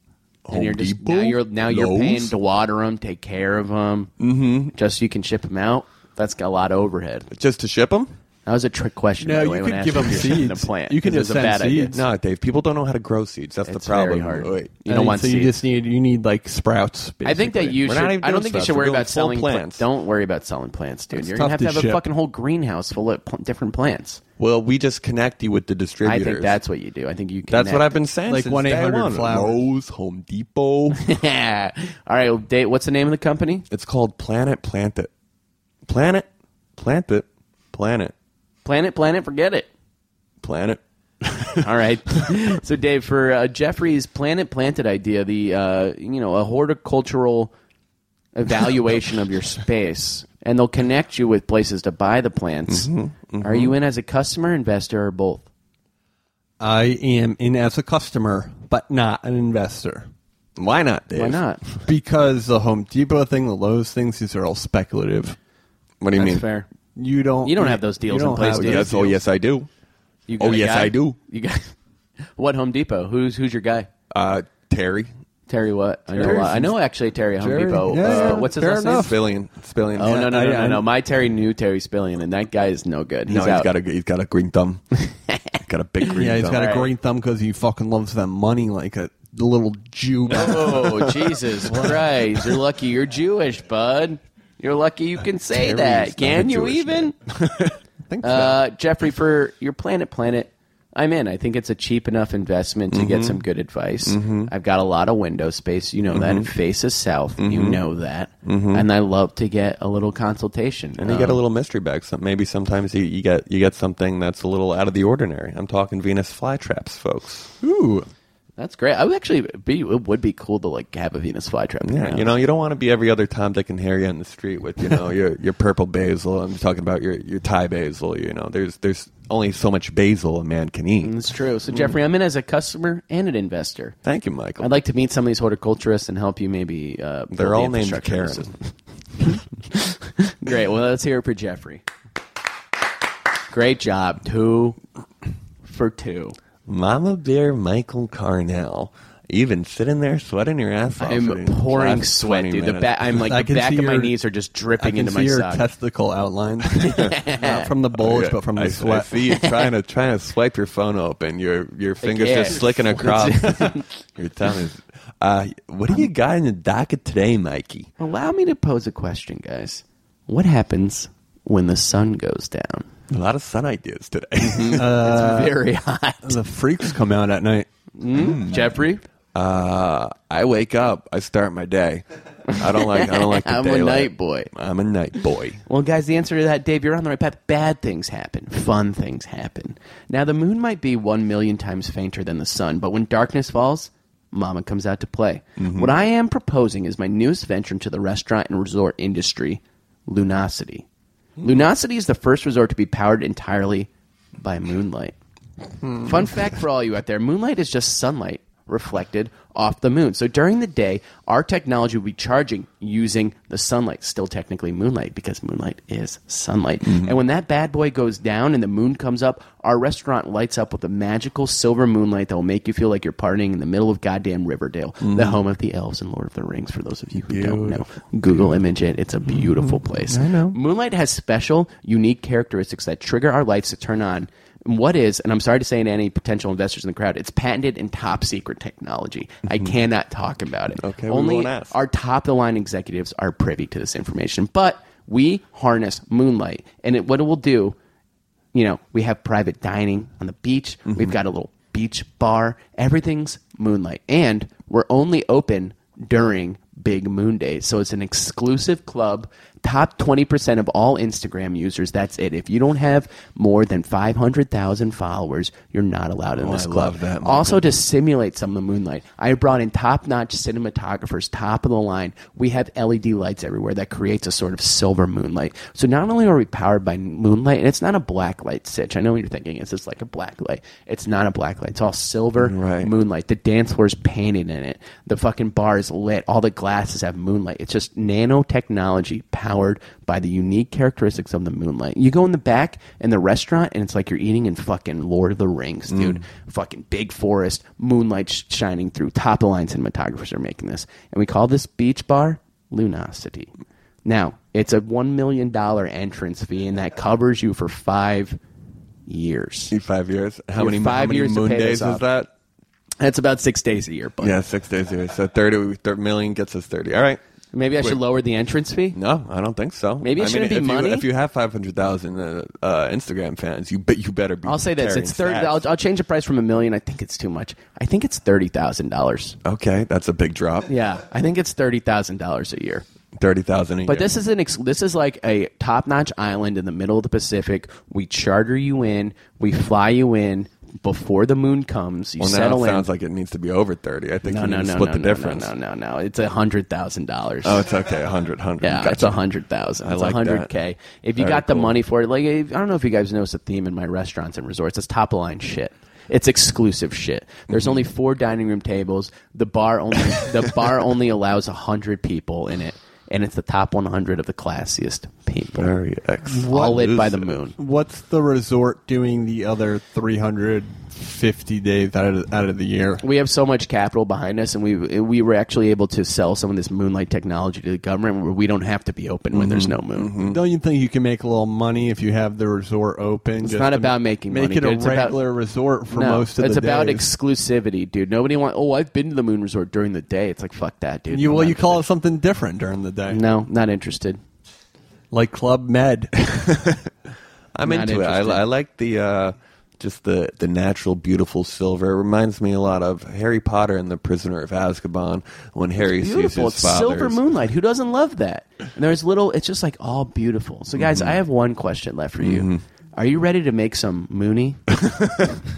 and Home you're just Depot, now you're now you're paying Lowe's. Mm-hmm. to water them, take care of them, just so you can ship them out. That's got a lot of overhead. just to ship them. That was a trick question. No, by the you way, could when I asked give if 'em you're shipping seeds. A plant. You could This just is a send bad idea. seeds. No, Dave. People don't know how to grow seeds. That's It's the problem. very hard. Wait, You I don't mean, want so you seeds. just need you need like sprouts. Basically. I think that you We're should. not even I don't doing think you sprouts. should We're worry doing about full selling pla- plants. don't worry about selling plants, dude. It's You're gonna tough have to to have a ship. fucking whole greenhouse full of pl- different plants. Well, we just connect you with the I distributors. think that's what you do. I think you. that's what connect. I've been saying. Like since 1-800 day one. flowers. Lowe's, Home *laughs* Depot. Yeah. All right. Well, Dave, what's the name of the company? it's called Planet Plant It. Planet Plant It. Planet Planet Planet. Forget it. Planet. *laughs* All right. so, Dave, for uh, Jeffrey's Planet Planted idea, the uh, you know a horticultural evaluation of your space, and they'll connect you with places to buy the plants. Are you in as a customer, investor, or both? I am in as a customer, but not an investor. Why not, Dave? Why not? Because the Home Depot thing, the Lowe's things, these are all speculative. What do you That's mean? fair. You don't. You don't have those deals you don't in place, have do you? those Yes. Oh, deals. yes, I do. You Oh, a yes, guy? I do. You got *laughs* what Home Depot? Who's who's your guy? Uh, Terry. Terry what? I know. Terry's- I know actually Terry at Home Terry, Depot. yeah, uh, yeah, What's his fair last enough. name? Spillion. Spillion. Oh no no no I- no I- no! My Terry knew Terry Spillion, and that guy is no good. He's No, out. he's got a he's got a green thumb. *laughs* He's got a big green Yeah, he's thumb. got a Right. green thumb because he fucking loves that money like a little Jew. *laughs* Oh, Jesus Christ. You're lucky you're Jewish, bud. You're lucky you can say Terry's that. Can not you Jewish, even? *laughs* I think so. Uh, Jeffrey, for your Planet Planet, I'm in. I think it's a cheap enough investment to Mm-hmm. get some good advice. I've got a lot of window space. You know that. Mm-hmm. It faces south. You know that. And I love to get a little consultation. And you Um, get a little mystery bag. Some, maybe sometimes you, you get you get something that's a little out of the ordinary. I'm talking Venus flytraps, folks. Ooh, That's great. I would actually be. It would be cool to like have a Venus flytrap. in your Yeah, house. you know, you don't want to be every other Tom, Dick, and Harry on the street with you *laughs* know your your purple basil. I'm talking about your your Thai basil. You know, there's there's only so much basil a man can eat. it's true. So Jeffrey, I'm in as a customer and an investor. Thank you, Michael. I'd like to meet some of these horticulturists and help you maybe. Uh, build They're the all named infrastructure Karen. system. Great. Well, let's hear it for Jeffrey. Great job. Two for two. Mama Bear Michael Carnell. Even sitting there sweating your ass off. for I'm the pouring last sweat, 20 dude. The minutes. back, I'm like I the can back see of my your- knees are just I dripping can into see my your sock. testicle *laughs* outline, not from the bulge, but from the I, I sweat. see you trying to trying to swipe your phone open. Your your fingers can't. just *laughs* slicking across. *laughs* your tongue is. Uh, what do you got in the docket today, Mikey? Allow me to pose a question, guys. What happens when the sun goes down? A lot of sun ideas today. Mm-hmm. Uh, it's very hot. *laughs* the freaks come out at night. Jeffrey, uh, *laughs* I wake up. I start my day. I don't like. I don't like. *laughs* The I'm a daylight. night boy. I'm a night boy. Well, guys, the answer to that, Dave, you're on the right path. Bad things happen, fun things happen. Now, the moon might be one million times fainter than the sun, but when darkness falls, Mama comes out to play. What I am proposing is my newest venture into the restaurant and resort industry, Lunacity. Lunacity is the first resort to be powered entirely by moonlight. Fun fact for all you out there moonlight is just sunlight reflected off the moon. So during the day, our technology will be charging using the sunlight, still technically moonlight, because moonlight is sunlight. And when that bad boy goes down and the moon comes up, our restaurant lights up with a magical silver moonlight that will make you feel like you're partying in the middle of goddamn Riverdale, the home of the elves and Lord of the Rings, for those of you who don't know. Google image it. It's a beautiful place. Mm-hmm. I know. Moonlight has special, unique characteristics that trigger our lights to turn on. And What is, and I'm sorry to say to any potential investors in the crowd, it's patented and top secret technology. I cannot talk about it. Mm-hmm. Okay, we Only won't ask. our top of the line executives are privy to this information. But we harness moonlight. And it, what it will do, you know, we have private dining on the beach. Mm-hmm. We've got a little beach bar. Everything's moonlight. And we're only open during big moon days. So it's an exclusive club. Top 20% of all Instagram users. That's it. If you don't have more than 500,000 followers, you're not allowed in this Oh, I club. love that, Michael. also, to simulate some of the moonlight, I brought in top notch cinematographers, top of the line. We have LED lights everywhere that creates a sort of silver moonlight. So not only are we powered by moonlight, and it's not a black light sitch. I know what you're thinking. It's just like a black light. It's not a black light. It's all silver Right. moonlight. The dance floor's painted in it. The fucking bar is lit. All the glasses have moonlight. It's just nanotechnology powered by the unique characteristics of the moonlight. You go in the back in the restaurant and it's like you're eating in fucking Lord of the Mm. Rings, dude. Fucking big forest, moonlight sh- shining through. Top of the line cinematographers are making this. And we call this beach bar Lunosity. Now, it's a $1 million entrance fee and that covers you for five years. In five years. How Your many, five how many years to moon pay this days is off. that? That's about six days a year, but Yeah, six days a year. So 30, 30 million gets us 30. All right. Maybe I should Wait. lower the entrance fee. No, I don't think so. Maybe it I mean, shouldn't be if money? You, if you have 500,000 uh, uh, Instagram fans, you bet you better be. I'll say this: carrying it's thirty. stats. I'll, I'll change the price from a million. I think it's too much. I think it's thirty thousand dollars. okay, that's a big drop. Yeah, I think it's thirty thousand dollars a year. 30,000 a But year. this is an ex- this is like a top notch island in the middle of the Pacific. We charter you in. We fly you in before the moon comes. You well, now settle it in. sounds like it needs to be over 30. I think no, you need no, to no, split no, the no, difference. no, no, no, no. It's a hundred thousand dollars. Oh, it's okay. 100, 100. Yeah, Gotcha. it's a hundred thousand. I It's a like hundred that. k. If you Very got the cool. money for it, like if, I don't know if you guys notice a theme in my restaurants and resorts. It's top line shit. It's exclusive shit. There's only Mm-hmm. four dining room tables. The bar only the *laughs* bar only allows hundred people in it, and it's the top 100 of the classiest people. Very ex. all lit by the elusive. moon. What's the resort doing the other 350 days out of, out of the year? we have so much capital behind us, and we we were actually able to sell some of this moonlight technology to the government, where we don't have to be open when there's no moon. Mm-hmm. Don't you think you can make a little money if you have the resort open? It's not about making make money, it a dude. It's about- regular resort for most of it's the about days. exclusivity, dude. Nobody want. Oh, I've been to the Moon Resort during the day. It's like fuck that, dude. you I'm well, not you call it interested. something different during the day, No, not interested. like Club Med. Uh, I'm Not into it. I, interested. I like the uh, just the the natural, beautiful silver. It reminds me a lot of Harry Potter and the Prisoner of Azkaban when Harry sees Beautiful. his It's father. silver moonlight. Who doesn't love that? And there's little. It's just like all beautiful. So, guys, I have one question left for you. Are you ready to make some Mooney?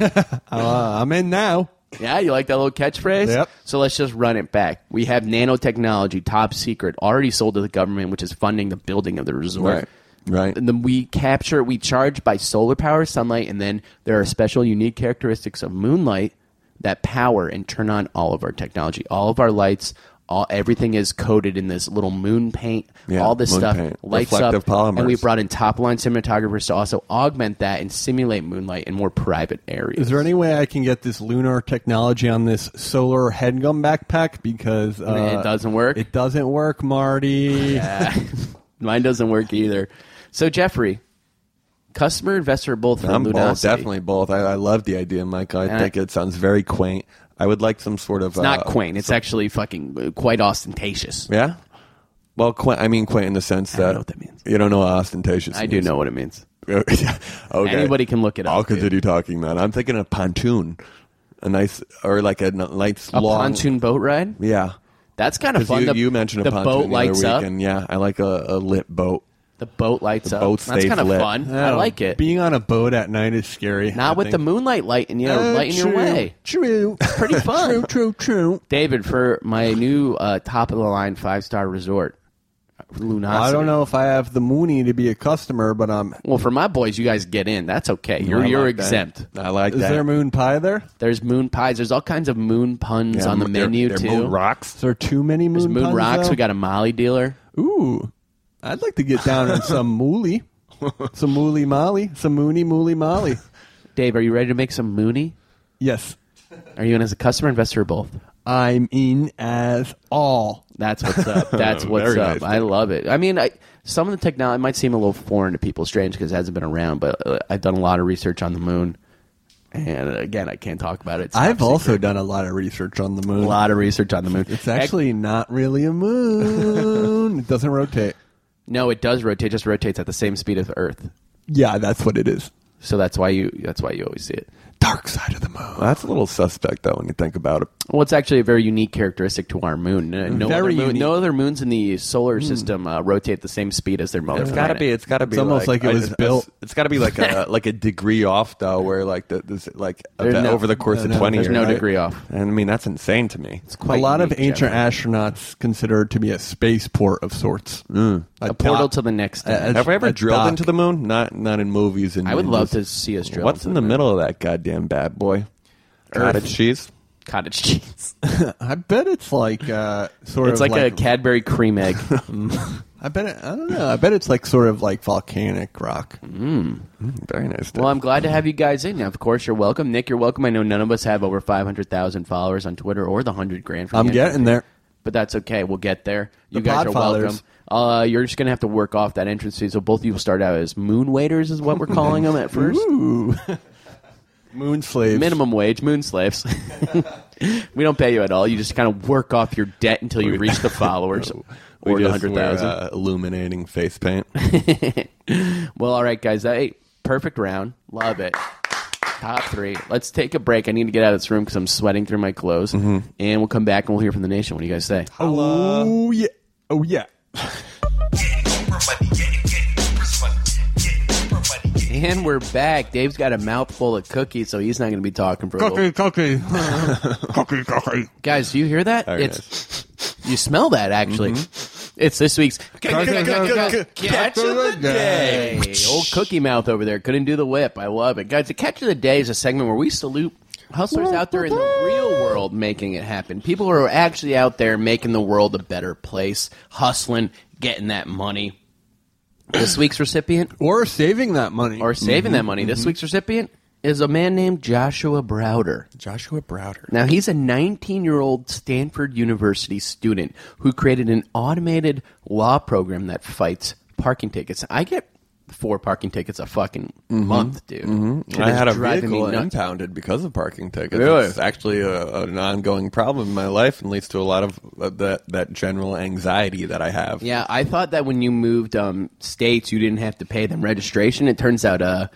uh, I'm in now. yeah, you like that little catchphrase? Yep. So let's just run it back. We have nanotechnology, top secret, already sold to the government, which is funding the building of the resort. Right. Right. And then we capture, we charge by solar power, sunlight, and then there are special, unique characteristics of moonlight that power and turn on all of our technology, all of our lights. All, everything is coated in this little moon paint. Yeah, all this moon stuff paint. lights up, Reflective polymers. and we brought in top line cinematographers to also augment that and simulate moonlight in more private areas. Is there any way I can get this lunar technology on this solar headgum backpack? Because uh, it doesn't work? It doesn't work, Marty. Mine doesn't work either. So Jeffrey, customer investor both for I'm both, Lunosity. definitely both. I, I love the idea, Michael. I And think I- it sounds very quaint. I would like some sort of It's not uh, quaint. It's actually fucking uh, quite ostentatious. Yeah. Well, quaint. I mean, quaint in the sense don't that, know what that means. you don't know what ostentatious. I do know *laughs* what it means. know. okay. Anybody can look it up, I'll dude. continue talking, man. I'm thinking a pontoon, a nice or like a n- nice A long pontoon boat ride? Yeah. That's kind of Because fun. you, the, you mentioned a the pontoon boat the other lights up. weekend. Yeah, I like a, a lit boat. The boat lights up. boat That's stays kind of lit. fun. I like it. Being on a boat at night is scary. Not with the moonlight light and you know, Oh, lighting your true, way. *laughs* True. Pretty fun. true, true, true. David, for my new uh, top of the line five star resort, lunosity. I don't know if I have the Mooney to be a customer, but um, Well, for my boys, you guys get in. That's okay. You're I you're like that. exempt. I like is that. there moon pie there? There's moon pies. There's all kinds of moon puns Yeah, on the they're- menu they're too. Moon rocks. Is there too many moon? There's moon puns, rocks. though? We got a Molly dealer. Ooh, I'd like to get down on *laughs* some mooly, some mooly molly, some moony mooly molly. Dave, are you ready to make some Mooney? Yes, Are you in as a customer investor or both? I'm in as all. That's what's *laughs* up. That's what's Very up. nice, I love it. I mean, I, some of the technology might seem a little foreign to people, strange because it hasn't been around. But uh, I've done a lot of research on the moon, and uh, again, I can't talk about it. It's I've top also done a lot of research on the moon. secret. a lot of research on the moon. It's actually not really a moon. it doesn't rotate. no, it does rotate. It just rotates at the same speed as Earth. Yeah, that's what it is. So that's why you. That's why you always see it. Dark side of the moon. Well, that's a little suspect though when you think about it. Well, it's actually a very unique characteristic to our moon. Uh, No, Very other moon, unique. Hmm. no other moons in the solar system uh, rotate at the same speed as their mother. It's got to planet. be. It's got to be. almost like it was it's- built. It's got to be like a like a degree off though, where like the, this like There's event no- over the course no, of no, twenty. there's years, no right? degree off. And I mean that's insane to me. It's quite a lot of unique, ancient Jeff. astronauts consider it to be a spaceport of sorts. A portal to the next. a- dimension. Have we ever a drilled dock. into the moon? Not not in movies. And I would and love to just- see us drill. What's into in the moon. middle of that goddamn bad boy? Cottage cheese. Cottage *laughs* cheese. I bet it's like uh, sort It's of like, a Cadbury cream *laughs* egg. I bet it, I don't know. I bet it's like sort of like volcanic rock. Mm. Very nice. dude. well, I'm glad to have you guys in. Of course, you're welcome, Nick. You're welcome. I know none of us have over 500,000 followers on Twitter or the hundred grand. From I'm the getting entrance there. fee. but that's okay. We'll get there. You The guys are welcome. Podfathers. Uh, you're just gonna have to work off that entrance fee. So both of you will start out as moon waiters, is what we're calling *laughs* them at first. Ooh, moon slaves. minimum wage moon slaves *laughs* we don't pay you at all you just kind of work off your debt until you reach *laughs* the followers We or the just 100000 were, uh, illuminating face *laughs* paint. well all right guys that hey, perfect round love it top three let's take a break i need to get out of this room because i'm sweating through my clothes Mm-hmm. and we'll come back and we'll hear from the nation what do you guys say Oh yeah. Oh yeah. and we're back dave's got a mouthful of cookies so he's not going to be talking for a little *laughs* cookie. guys do you hear that it it's *laughs* you smell that actually it's this week's Catch of the day. Old Cookie Mouth over there couldn't do the whip. I love it. Guys, the catch of the day is a segment where we salute hustlers out there in the real world making it happen. People who are actually out there making the world a better place, hustling, getting that money. This week's recipient Or saving that money. or saving that money. This week's recipient is a man named Joshua Browder. Joshua Browder. Now, he's a 19 year old Stanford University student who created an automated law program that fights parking tickets. I get four parking tickets a fucking month, dude. Shit Mm-hmm. I is had a driving me vehicle nuts. impounded because of parking tickets. Really? It's actually a, an ongoing problem in my life and leads to a lot of uh, that that general anxiety that I have. Yeah, I thought that when you moved um, states, you didn't have to pay them registration. It turns out, uh,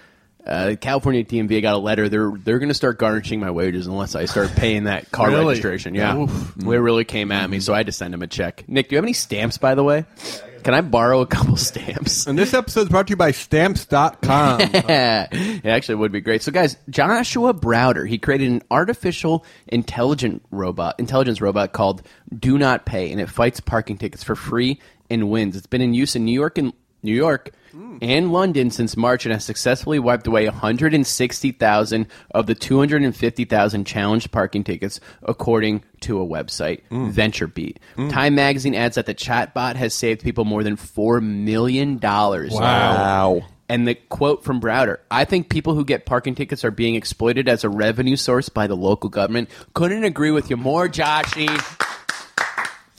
uh, California DMV got a letter. They're they're going to start garnishing my wages unless I start paying that car Really? registration. Yeah, Mm-hmm. it really came at me, so I had to send him a check. Nick, do you have any stamps, by the way? Can I borrow a couple *laughs* stamps? And this episode is brought to you by stamps.com. it actually would be great. So, guys, Joshua Browder he created an artificial intelligent robot, intelligence robot called Do Not Pay, and it fights parking tickets for free and wins. It's been in use in New York and New York and London since March, and has successfully wiped away 160,000 of the 250,000 challenged parking tickets, according to a website, Mm. VentureBeat. Time Magazine adds that the chatbot has saved people more than four million dollars. Wow. And the quote from Browder I think people who get parking tickets are being exploited as a revenue source by the local government. Couldn't agree with you more, Joshy.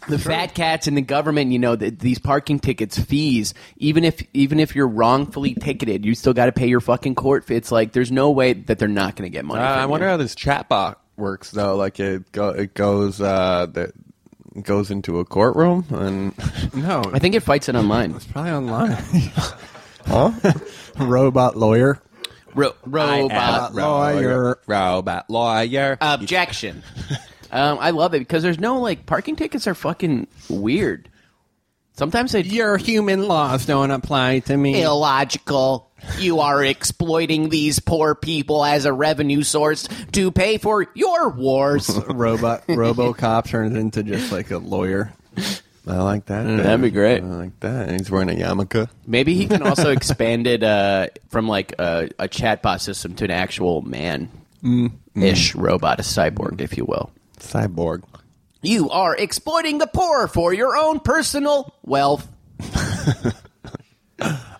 The fat cats in the government, you know, th these parking tickets fees. Even if even if you're wrongfully ticketed, you still got to pay your fucking court. fee. It's like there's no way that they're not going to get money. Uh, from I you. wonder how this chatbot works though. Like it go, it goes uh, that it goes into a courtroom and *laughs* no, I think it fights it online. probably online. huh? *laughs* Robot lawyer. Ro- robot Lawyer. robot lawyer. *laughs* *laughs* Objection. um, I love it because there's no like parking tickets are fucking weird. Sometimes they *laughs* Your human laws don't apply to me. illogical. You are exploiting these poor people as a revenue source to pay for your wars. *laughs* Robot RoboCop turns into just like a lawyer. I like that. Mm, that'd be great. I like that. And he's wearing a yarmulke. Maybe he can also expand it uh, from like a, a chatbot system to an actual man Mm, ish robot, a cyborg, if you will. Cyborg. You are exploiting the poor for your own personal wealth. *laughs*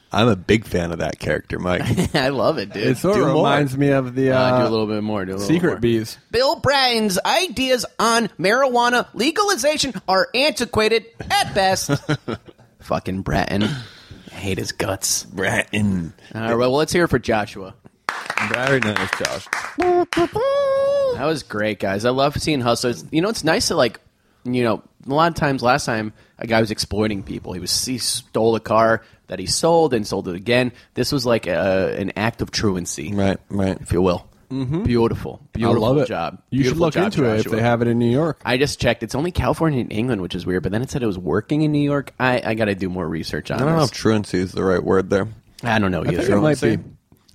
I'm a big fan of that character, *laughs* Mike. I love it, dude. It sort Do of more. reminds me of the uh, Uh, do a little bit more. Do a little Secret more. Bees. Bill Bryan's ideas on marijuana legalization are antiquated at *laughs* best. Fucking Bratton. I hate his guts. Bratton. All right, well, let's hear it for Joshua. Very nice, Josh. That was great, guys. I love seeing hustlers. You know, it's nice to like, you know, a lot of times. Last time, a guy was exploiting people. He was he stole a car that he sold and sold it again. This was like a, an act of truancy, Right, right. If you will. Beautiful, beautiful Mm-hmm. I love it. job. You should Beautiful look job, into it if Joshua. they have it in New York. I just checked. It's only California and England, which is weird. But then it said it was working in New York. I, I got to do more research on I don't know if this. truancy is the right word there. I don't know either. think it might be.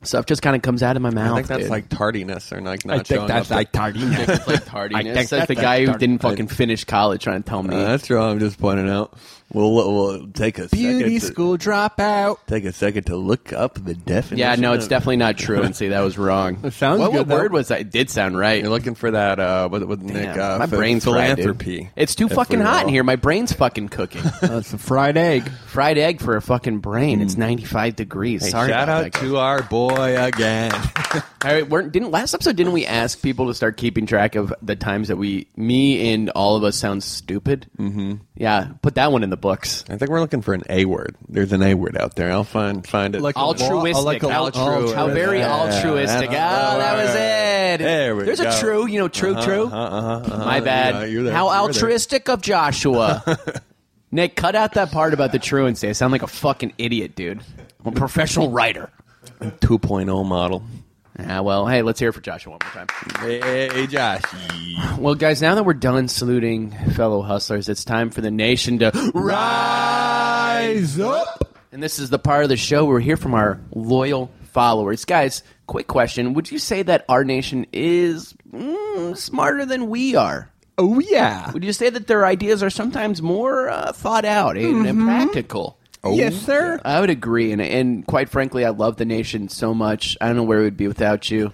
Stuff just kind of comes out of my mouth. I think that's dude. like tardiness or like not showing up. to- *laughs* tardiness. It's like tardiness. I think that's the that's guy who tard- didn't fucking finish college trying to tell me. Uh, that's wrong. I'm just pointing out. We'll, we'll take a second Beauty to- school dropout. Take a second to look up the definition. yeah, no, it's of- definitely not truancy. That was wrong. It sounds what, What good, word though. was that? It did sound right. You're looking for that. Uh, with, with Nick, Damn, uh, my ph- brain's fried, dude. philanthropy. It's too If fucking we hot in will. here. My brain's fucking *laughs* cooking. That's a fried egg. Fried egg for a fucking brain. It's 95 degrees. Hmm. Hey, Sorry shout about out that, guys. to our boy *laughs* again. All right, weren't, didn't last episode didn't we ask people to start keeping track of the times that we, me and all of us, sound stupid? Mm-hmm. Yeah, put that one in the books. I think we're looking for an A word. There's an A word out there. I'll find find it. Like a Altruistic, oh, I like a- how, altruistic. how very Yeah, altruistic. that's Ah, the that was word. it. There we There's go. Uh-huh, a true, you know, true, true. My bad. Yeah, you're there. How You're there. altruistic of *laughs* Joshua. Nick, cut out that part about the truancy. I sound like a fucking idiot, dude. I'm a professional writer. 2.0 model. Ah, well, hey, let's hear it for Joshua one more time. Hey, hey, hey, Josh. *laughs* Well, guys, now that we're done saluting fellow hustlers, it's time for the nation to rise up. And this is the part of the show where we hear from our loyal followers. Guys, quick question. Would you say that our nation is mm, smarter than we are? Oh yeah. Would you say that their ideas are sometimes more uh, thought out and, and practical? Oh, yes, sir. I would agree, and and quite frankly, I love the nation so much. I don't know where it would be without you.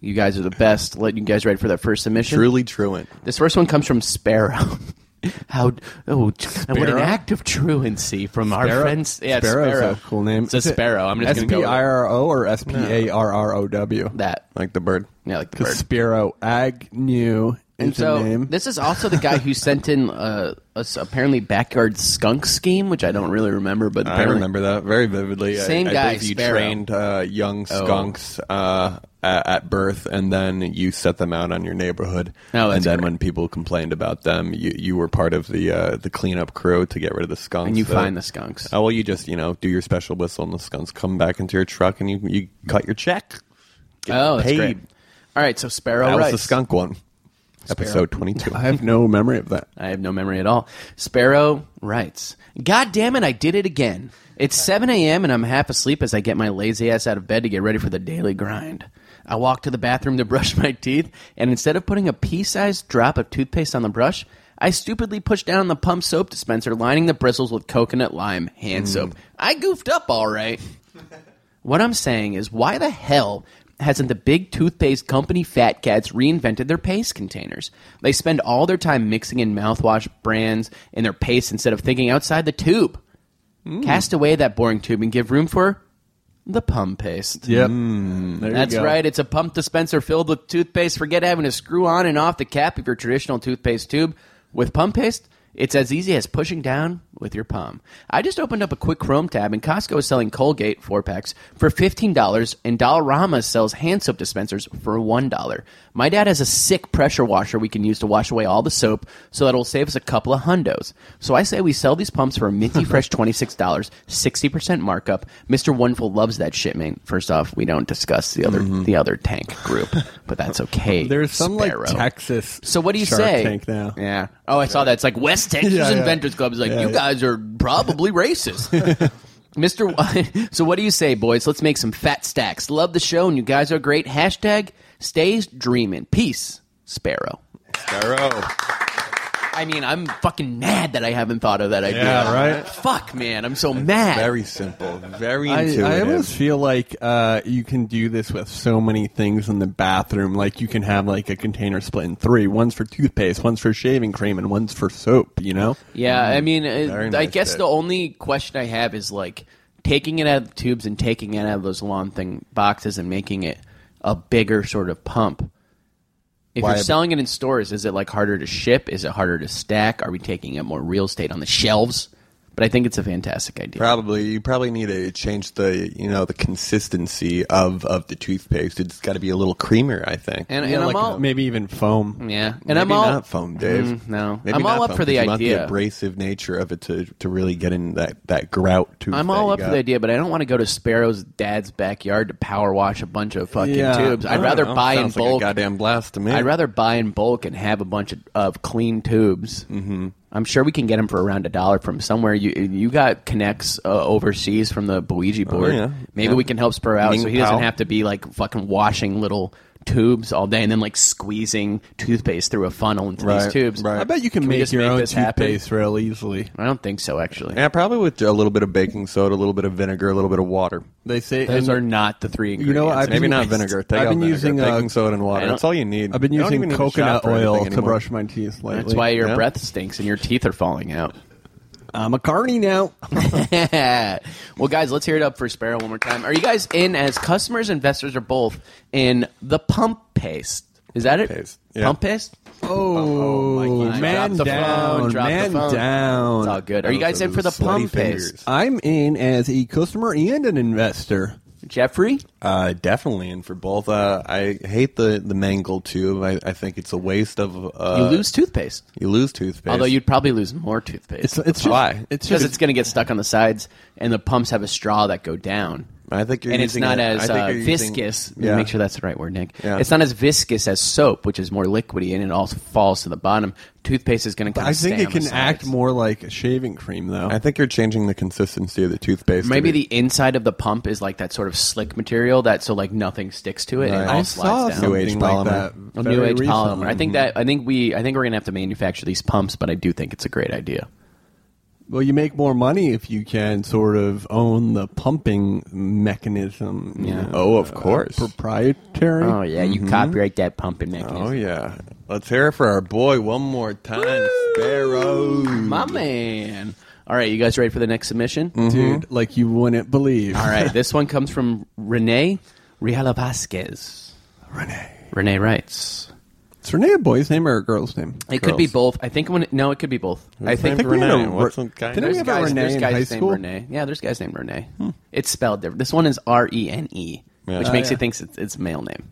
You guys are the best. Let you guys ready for that first submission. Truly truant. This first one comes from Sparrow. *laughs* How oh t- what an Sparrow? act of truancy from our Sparrow? friends. Yeah, Sparrow Sparrow. is a cool name. It's a Is it sparrow. I'm just S gonna P go I with R O or S P A R R O W. that. Like the bird. Yeah, like the Because bird. Spiro Agnew And is so a name. this is also the guy who *laughs* sent in uh, a s- apparently backyard skunk scheme, which I don't really remember, but I apparently remember that very vividly. I- Same I, guy, believe you Sparrow. Oh. trained uh, young skunks uh, at, at birth, and then you set them out on your neighborhood. Oh, that's and then correct. when people complained about them, you, you were part of the uh, the cleanup crew to get rid of the skunks. and you that- find the skunks. Oh well, you just you know do your special whistle, and the skunks come back into your truck, and you you cut your check. Get Oh, that's paid. great. All right, so Sparrow That was writes. the skunk one. Episode twenty two. *laughs* I have no memory of that. I have no memory at all. Sparrow writes, God damn it, I did it again. It's 7 a.m., and I'm half asleep as I get my lazy ass out of bed to get ready for the daily grind. I walk to the bathroom to *laughs* brush my teeth, and instead of putting a pea sized drop of toothpaste on the brush, I stupidly push down on the pump soap dispenser, lining the bristles with coconut lime Mm. hand soap. I goofed up, all right. What I'm saying is, why the hell hasn't the big toothpaste company Fat Cats reinvented their paste containers? They spend all their time mixing in mouthwash brands in their paste instead of thinking outside the tube. Cast away that boring tube and give room for the pump paste. Yep. That's right. It's a pump dispenser filled with toothpaste. Forget having to screw on and off the cap of your traditional toothpaste tube. With pump paste, it's as easy as pushing down with your palm. I just opened up a quick Chrome tab, and Costco is selling Colgate four packs for fifteen dollars, and Dollarama sells hand soap dispensers for one dollar. My dad has a sick pressure washer we can use to wash away all the soap, so that'll save us a couple of hundos. So I say we sell these pumps for a *laughs* minty fresh twenty six dollars, sixty percent markup. Mister Wonderful loves that shipment. First off, we don't discuss the other the other tank group, but that's okay. Mm-hmm. There's some Sparrow. like Texas. So what do you Shark say? Tank now. Yeah. Oh, I saw that. It's like West Texas *laughs* Yeah, yeah. Inventors Club is like, Yeah, you yeah. guys are probably racist. *laughs* Mr. W- so what do you say, boys? Let's make some fat stacks. Love the show, and you guys are great. Hashtag stays dreaming. Peace, *laughs* Sparrow. Sparrow. I mean, I'm fucking mad that I haven't thought of that idea. Yeah, right? Fuck, man, I'm so mad. Very simple, very I, intuitive. I almost feel like uh, you can do this with so many things in the bathroom. Like you can have like a container split in three. One's for toothpaste, one's for shaving cream, and one's for soap. You know? Yeah, I mean, uh, I Mm-hmm. nice guess bit. the only question I have is like taking it out of the tubes and taking it out of those lawn thing boxes and making it a bigger sort of pump. If Why- you're selling it in stores, is it like harder to ship? Is it harder to stack? Are we taking up more real estate on the shelves? But I think it's a fantastic idea. Probably you probably need to change the you know the consistency of of the toothpaste. It's got to be a little creamier, I think. And, Yeah, and like I'm all maybe even foam. yeah, and Maybe I'm all not foam, Dave. Mm, no. Maybe I'm all not up foam, for the 'cause you want idea. the abrasive nature of it to to really get in that that grout tooth. I'm that all you up for got. the idea, but I don't want to go to Sparrow's dad's backyard to power wash a bunch of fucking Yeah, tubes. I I'd don't rather know. buy in Sounds like a bulk. goddamn blast to me. I'd rather buy in bulk and have a bunch of, of clean tubes. Mm-hmm. I'm sure we can get them for around a dollar from somewhere. You you got connects uh, overseas from the Boiji board. yeah. Maybe Yeah. we can help Spur out so Ming he doesn't Pao. have to be like fucking washing little tubes all day and then like squeezing toothpaste through a funnel into Right, these tubes. right. I bet you can, Can we make just your make own this happen? toothpaste real easily. I don't think so, actually. Yeah, probably with a little bit of baking soda, a little bit of vinegar, a little bit of water. They say Those and- are not the three ingredients. You know, I've Maybe been- not vinegar. Take I've out been vinegar, using baking uh, soda and I water. don't- That's all you need. I've been You don't using even need to shop coconut for anything oil to anymore. brush my teeth lately. That's why your Yeah. breath stinks and your teeth are falling out. I'm a *laughs* carny now. well, guys, let's hear it up for Sparrow one more time. Are you guys in as customers, investors, or both in the pump paste? Is that it? Paste, yeah. Pump paste? Oh, God. man Drop the down, phone, drop the man phone. down. It's all good. Are you guys in for the Sweaty pump fingers. paste? I'm in as a customer and an investor. Jeffrey? Uh, definitely, and for both, uh, I hate the the mangled tube. I, I think it's a waste of. Uh, You lose toothpaste. You lose toothpaste. Although you'd probably lose more toothpaste. It's it's just, Why? It's because just it's going to get stuck on the sides, and the pumps have a straw that go down. I think you're and it's using not a- I as think uh, you're using- viscous. Yeah. Make sure that's the right word, Nick. Yeah. It's not as viscous as soap, which is more liquidy, and it all falls to the bottom. Toothpaste is going to. I think it can act more like a shaving cream, though. I think you're changing the consistency of the toothpaste. to Maybe be- the inside of the pump is like that sort of slick material that so like nothing sticks to it and it Right. all I saw slides down. New Age something like polymer. that. A very new age recently. polymer. I think that I think we I think we're gonna have to manufacture these pumps, but I do think it's a great idea. Well, you make more money if you can sort of own the pumping mechanism. you Yeah. know, uh, Oh, of course. proprietary. Oh yeah, you copyright that pumping mechanism. Mm-hmm. oh yeah. Let's hear it for our boy one more time, Sparrow. My man. All right, you guys ready for the next submission? Dude, like you wouldn't believe. All right, this one comes from Renee Riala Vasquez. Renee. Renee writes. It's Renee a boy's name or a girl's name? It could be Girls. both. I think when no, it could be both. I think named we had a Renee. Re- What's some guy Didn't named- we There's have guys, a Renee there's in guys high named school? Renee. Yeah, there's guys named Renee. It's spelled different. This one is R E N E, which Yeah. makes Oh, you think it's, it's a male name.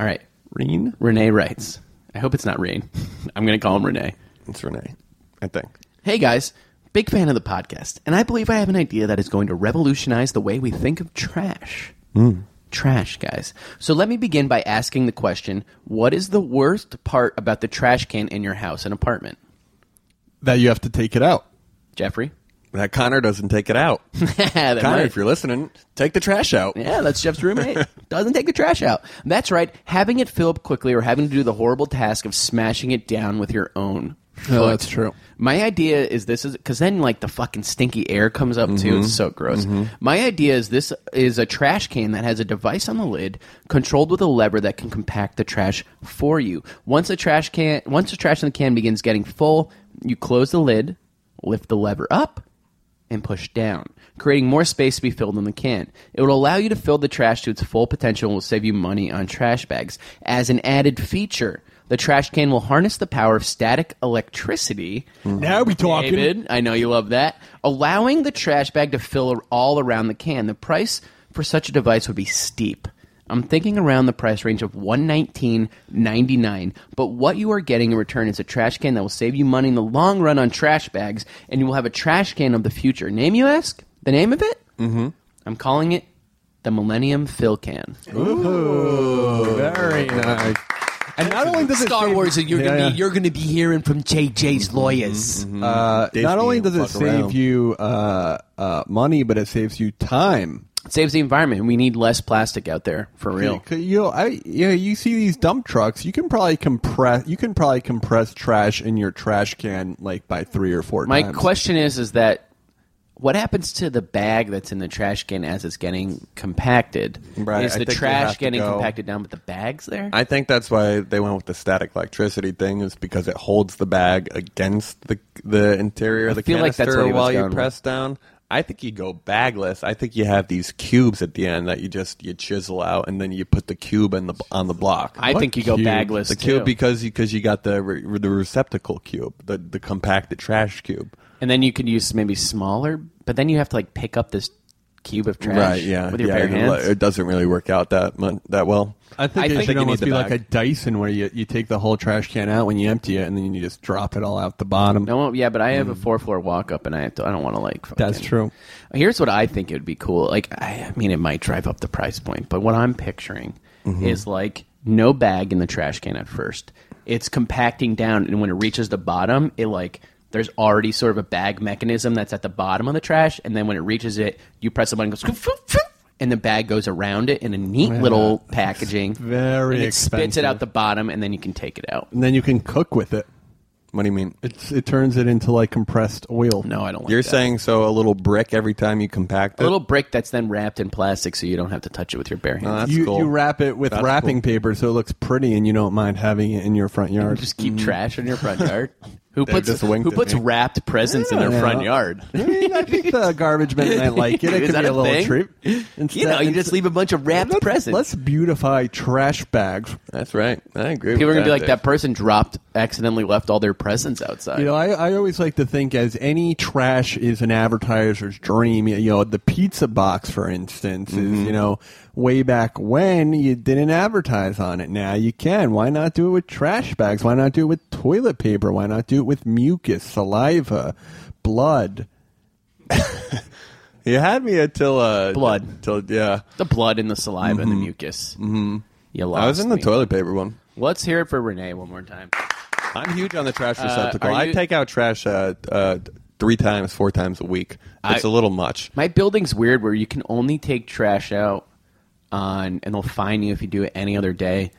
All right. Reen? Renee writes. I hope it's not Rain. *laughs* I'm going to call him Renee. It's Renee. I think. Hey guys, big fan of the podcast, and I believe I have an idea that is going to revolutionize the way we think of trash. Hmm. Trash, guys. So let me begin by asking the question What is the worst part about the trash can in your house and apartment? That you have to take it out. Jeffrey? *laughs* That Connor doesn't take it *laughs* out. That Connor, might- if you're listening, take the trash out. Yeah, that's Jeff's *laughs* roommate. Doesn't take the trash out. That's right. Having it fill up quickly or having to do the horrible task of smashing it down with your own. No, foot. Oh, that's true. My idea is this is because then like the fucking stinky air comes up Mm-hmm. too. It's so gross. My idea is this is a trash can that has a device on the lid controlled with a lever that can compact the trash for you. Once a trash can, once the trash in the can begins getting full, you close the lid, lift the lever up, and push down, creating more space to be filled in the can. It will allow you to fill the trash to its full potential and will save you money on trash bags. As an added feature, the trash can will harness the power of static electricity. Now we talking. David, I know you love that. Allowing the trash bag to fill all around the can. The price for such a device would be steep. I'm thinking around the price range of 119.99, but what you are getting in return is a trash can that will save you money in the long run on trash bags and you will have a trash can of the future. Name you ask? The name of it? Mhm. I'm calling it the Millennium Fill Can. Very nice. And not only does it Star save- Wars and you're Yeah, going to yeah. be you're going to be hearing from JJ's lawyers. Uh, Disney not only and does it fuck save around. you uh, uh, money, but it saves you time. It saves the environment. We need less plastic out there for real. C- You know, I yeah, you see these dump trucks. You can probably compress. You can probably compress trash in your trash can like by three or four. My times. question is, is that what happens to the bag that's in the trash can as it's getting compacted? Right, is I the think you have trash to getting go- compacted down, but the bag's there? I think that's why they went with the static electricity thing is because it holds the bag against the the interior of the feel like that's canister what he was while you going with. press down. I think you go bagless. I think you have these cubes at the end that you just you chisel out and then you put the cube in the on the block. I think you go cube? bagless, The cube too. because you because you got the re, the receptacle cube, the the compacted trash cube. and then you could use maybe smaller, but then you have to like pick up this cube of trash Right, yeah. with your yeah, bare it- hands. It doesn't really work out that mu- that well. I think I it think should you almost need be the like a bag. Dyson where you, you take the whole trash can out when you empty it, and then you just drop it all out the bottom. No, yeah, but I have Mm. a four floor walk up, and I have to, I don't want to like. That's fucking- true. Here's what I think it would be cool. Like, I, I mean, it might drive up the price point, but what I'm picturing Mm-hmm. is like no bag in the trash can at first. It's compacting down, and when it reaches the bottom, it like there's already sort of a bag mechanism that's at the bottom of the trash, and then when it reaches it, you press a button, it goes. And the bag goes around it in a neat *laughs* little packaging. very and it spits it expensive. out the bottom, and then you can take it out. And then you can cook with it. What do you mean? It's it turns it into like compressed oil. No, I don't. Like You're that. saying so a little brick every time you compact it. A little brick that's then wrapped in plastic so you don't have to touch it with your bare hands. No, that's you cool. you wrap it with That's wrapping paper so it looks pretty, and you don't mind having it in your front yard. just keep trash in your front yard. Who Dave puts just winked who at puts me. wrapped presents in their Yeah. front yard? *laughs* I mean, I think the garbage men might like it. *laughs* It Is could that be a, a little thing? treat. *laughs* you know, you just leave a bunch of wrapped let's, presents. Let's beautify trash bags. That's right. I agree. People are with gonna be like Dave. that person dropped accidentally left all their presents outside. You know, I, I always like to think as any trash is an advertiser's dream. You know, the pizza box, for instance, is you know way back when you didn't advertise on it. Now you can. Why not do it with trash bags? Why not do it with toilet paper? Why not do it with mucus, saliva, blood? *laughs* You had me until uh, Blood. Till yeah, the blood and the saliva and the mucus. Mm-hmm. You lost I was in the me. toilet paper one. Let's hear it for Renee one more time. I'm huge on the trash receptacle. Uh, are I you- take out trash uh, uh, three times, four times a week. I- It's a little much. My building's weird where you can only take trash out on and they'll fine you if you do it any other day.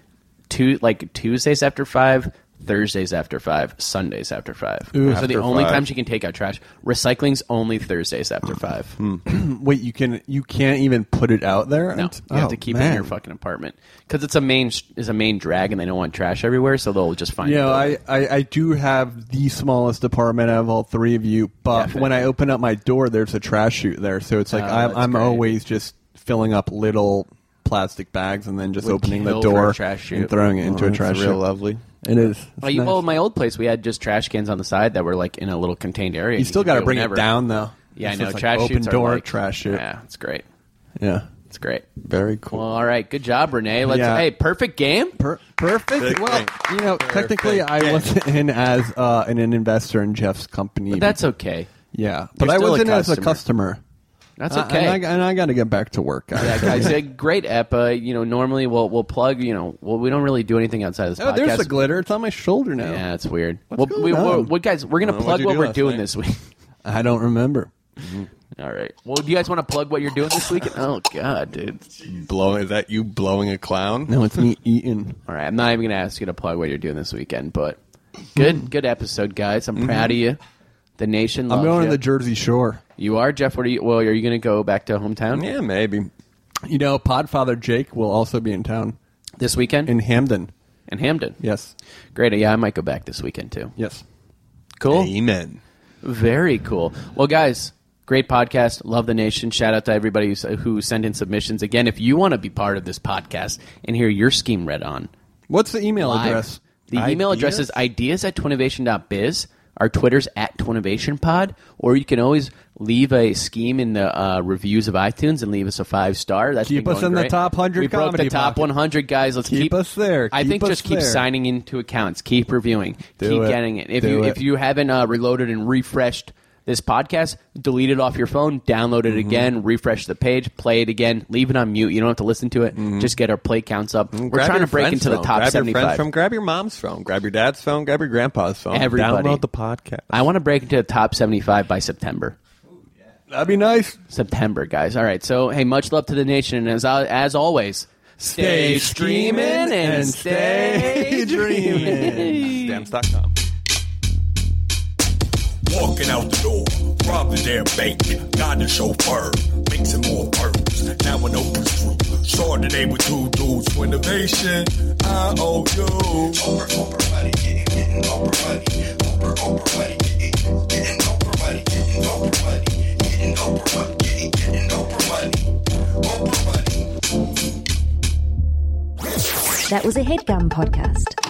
Two like Tuesdays after five, Thursdays after five, Sundays after five. so the After only five. times you can take out trash. Recycling's only Thursdays after Oh, five. hmm. Wait, you can you can't even put it out there. oh, No, you have to keep it in your fucking apartment because it's a main is a main drag, and they don't want trash everywhere, so they'll just find. You it. know, I, I, I do have the smallest apartment out of all three of you, but Definitely. when I open up my door, there's a trash chute there. So it's like Oh, I'm, that's I'm great. always just filling up little plastic bags and then just Would opening the kill for a door trash chute. and throwing it into Oh, a that's trash real chute. lovely. It is. It's Like, nice. well, my old place, we had just trash cans on the side that were like in a little contained area. you still got to bring it down, though. Yeah, I It's know. just like trash open chutes are door, like- trash chute. Yeah, it's great. Yeah. It's great. Very cool. Well, all right. Good job, Renee. Let's Yeah. hey, perfect game. Per- perfect. Big well, thing. you know, Perfect. technically, I Yeah. wasn't in as uh, an, an investor in Jeff's company. But that's okay. yeah, but I still a was in as a customer. customer. That's Uh, okay. and I, got to get back to work, guys. *laughs* yeah, guys, a great ep. Uh, you know, normally we'll we'll plug. You know, well, we don't really do anything outside of this Oh, podcast. there's the glitter. It's on my shoulder now. Yeah, it's weird. What's Well, going we, on? we, we, guys, we're gonna Uh, what'd plug you what do we're last doing night? this week. *laughs* I don't remember. All right. Well, do you guys want to plug what you're doing *laughs* this weekend? Oh God, dude. blowing is that you blowing a clown? No, it's *laughs* me eating. All right, I'm not even gonna ask you to plug what you're doing this weekend, but good, good episode, guys. I'm proud of you. The nation. Mm-hmm. I'm loves going you. to the Jersey Shore. You are Jeff. What are you? Well, are you gonna go back to hometown Yeah, maybe. You know, Podfather Jake will also be in town this weekend in Hamden. in Hamden? Yes, Great. Yeah, I might go back this weekend too. yes. Cool. Amen. Very cool. Well, guys, great podcast. Love the nation. Shout out to everybody who's- who sent in submissions. Again, if you want to be part of this podcast and hear your scheme read on What's the email live, address? the email address is ideas at twinnovation.biz. Our Twitter's at twinnovationpod, or you can always leave a scheme in the uh, reviews of iTunes and leave us a five star. That's Keep been us going in the great. top 100 We broke the comedy top pocket. 100, guys. Let's keep, Keep us there. I Keep think us just keep there. signing into accounts. Keep reviewing. Do keep it. getting it. If Do you it. if you haven't uh, reloaded and refreshed this podcast, delete it off your phone, download it Mm-hmm. again, refresh the page, play it again, leave it on mute. You don't have to listen to it. Mm-hmm. Just get our play counts up. We're Grab trying to your break friend's into the phone. top grab Your friend's 75. phone. Grab your mom's phone. Grab your dad's phone. Grab your grandpa's phone. Everybody. Download the podcast. I want to break into the top 75 by September. That'd be nice. September, guys. All right. So, hey, much love to the nation. And as, as always, stay, streaming and stay *laughs* dreaming. Stamps.com. Walking out the door, robbing their bank, got the chauffeur, mixing more purples. Now I know who's true. Chardonnay with two dudes for innovation. I owe you. Oprah, Oprah, money, getting, getting Oprah money. Oprah, Oprah, money, getting, getting Oprah money, getting Oprah money, getting Oprah money, getting, getting Oprah money. Oprah money. That was a headgum podcast.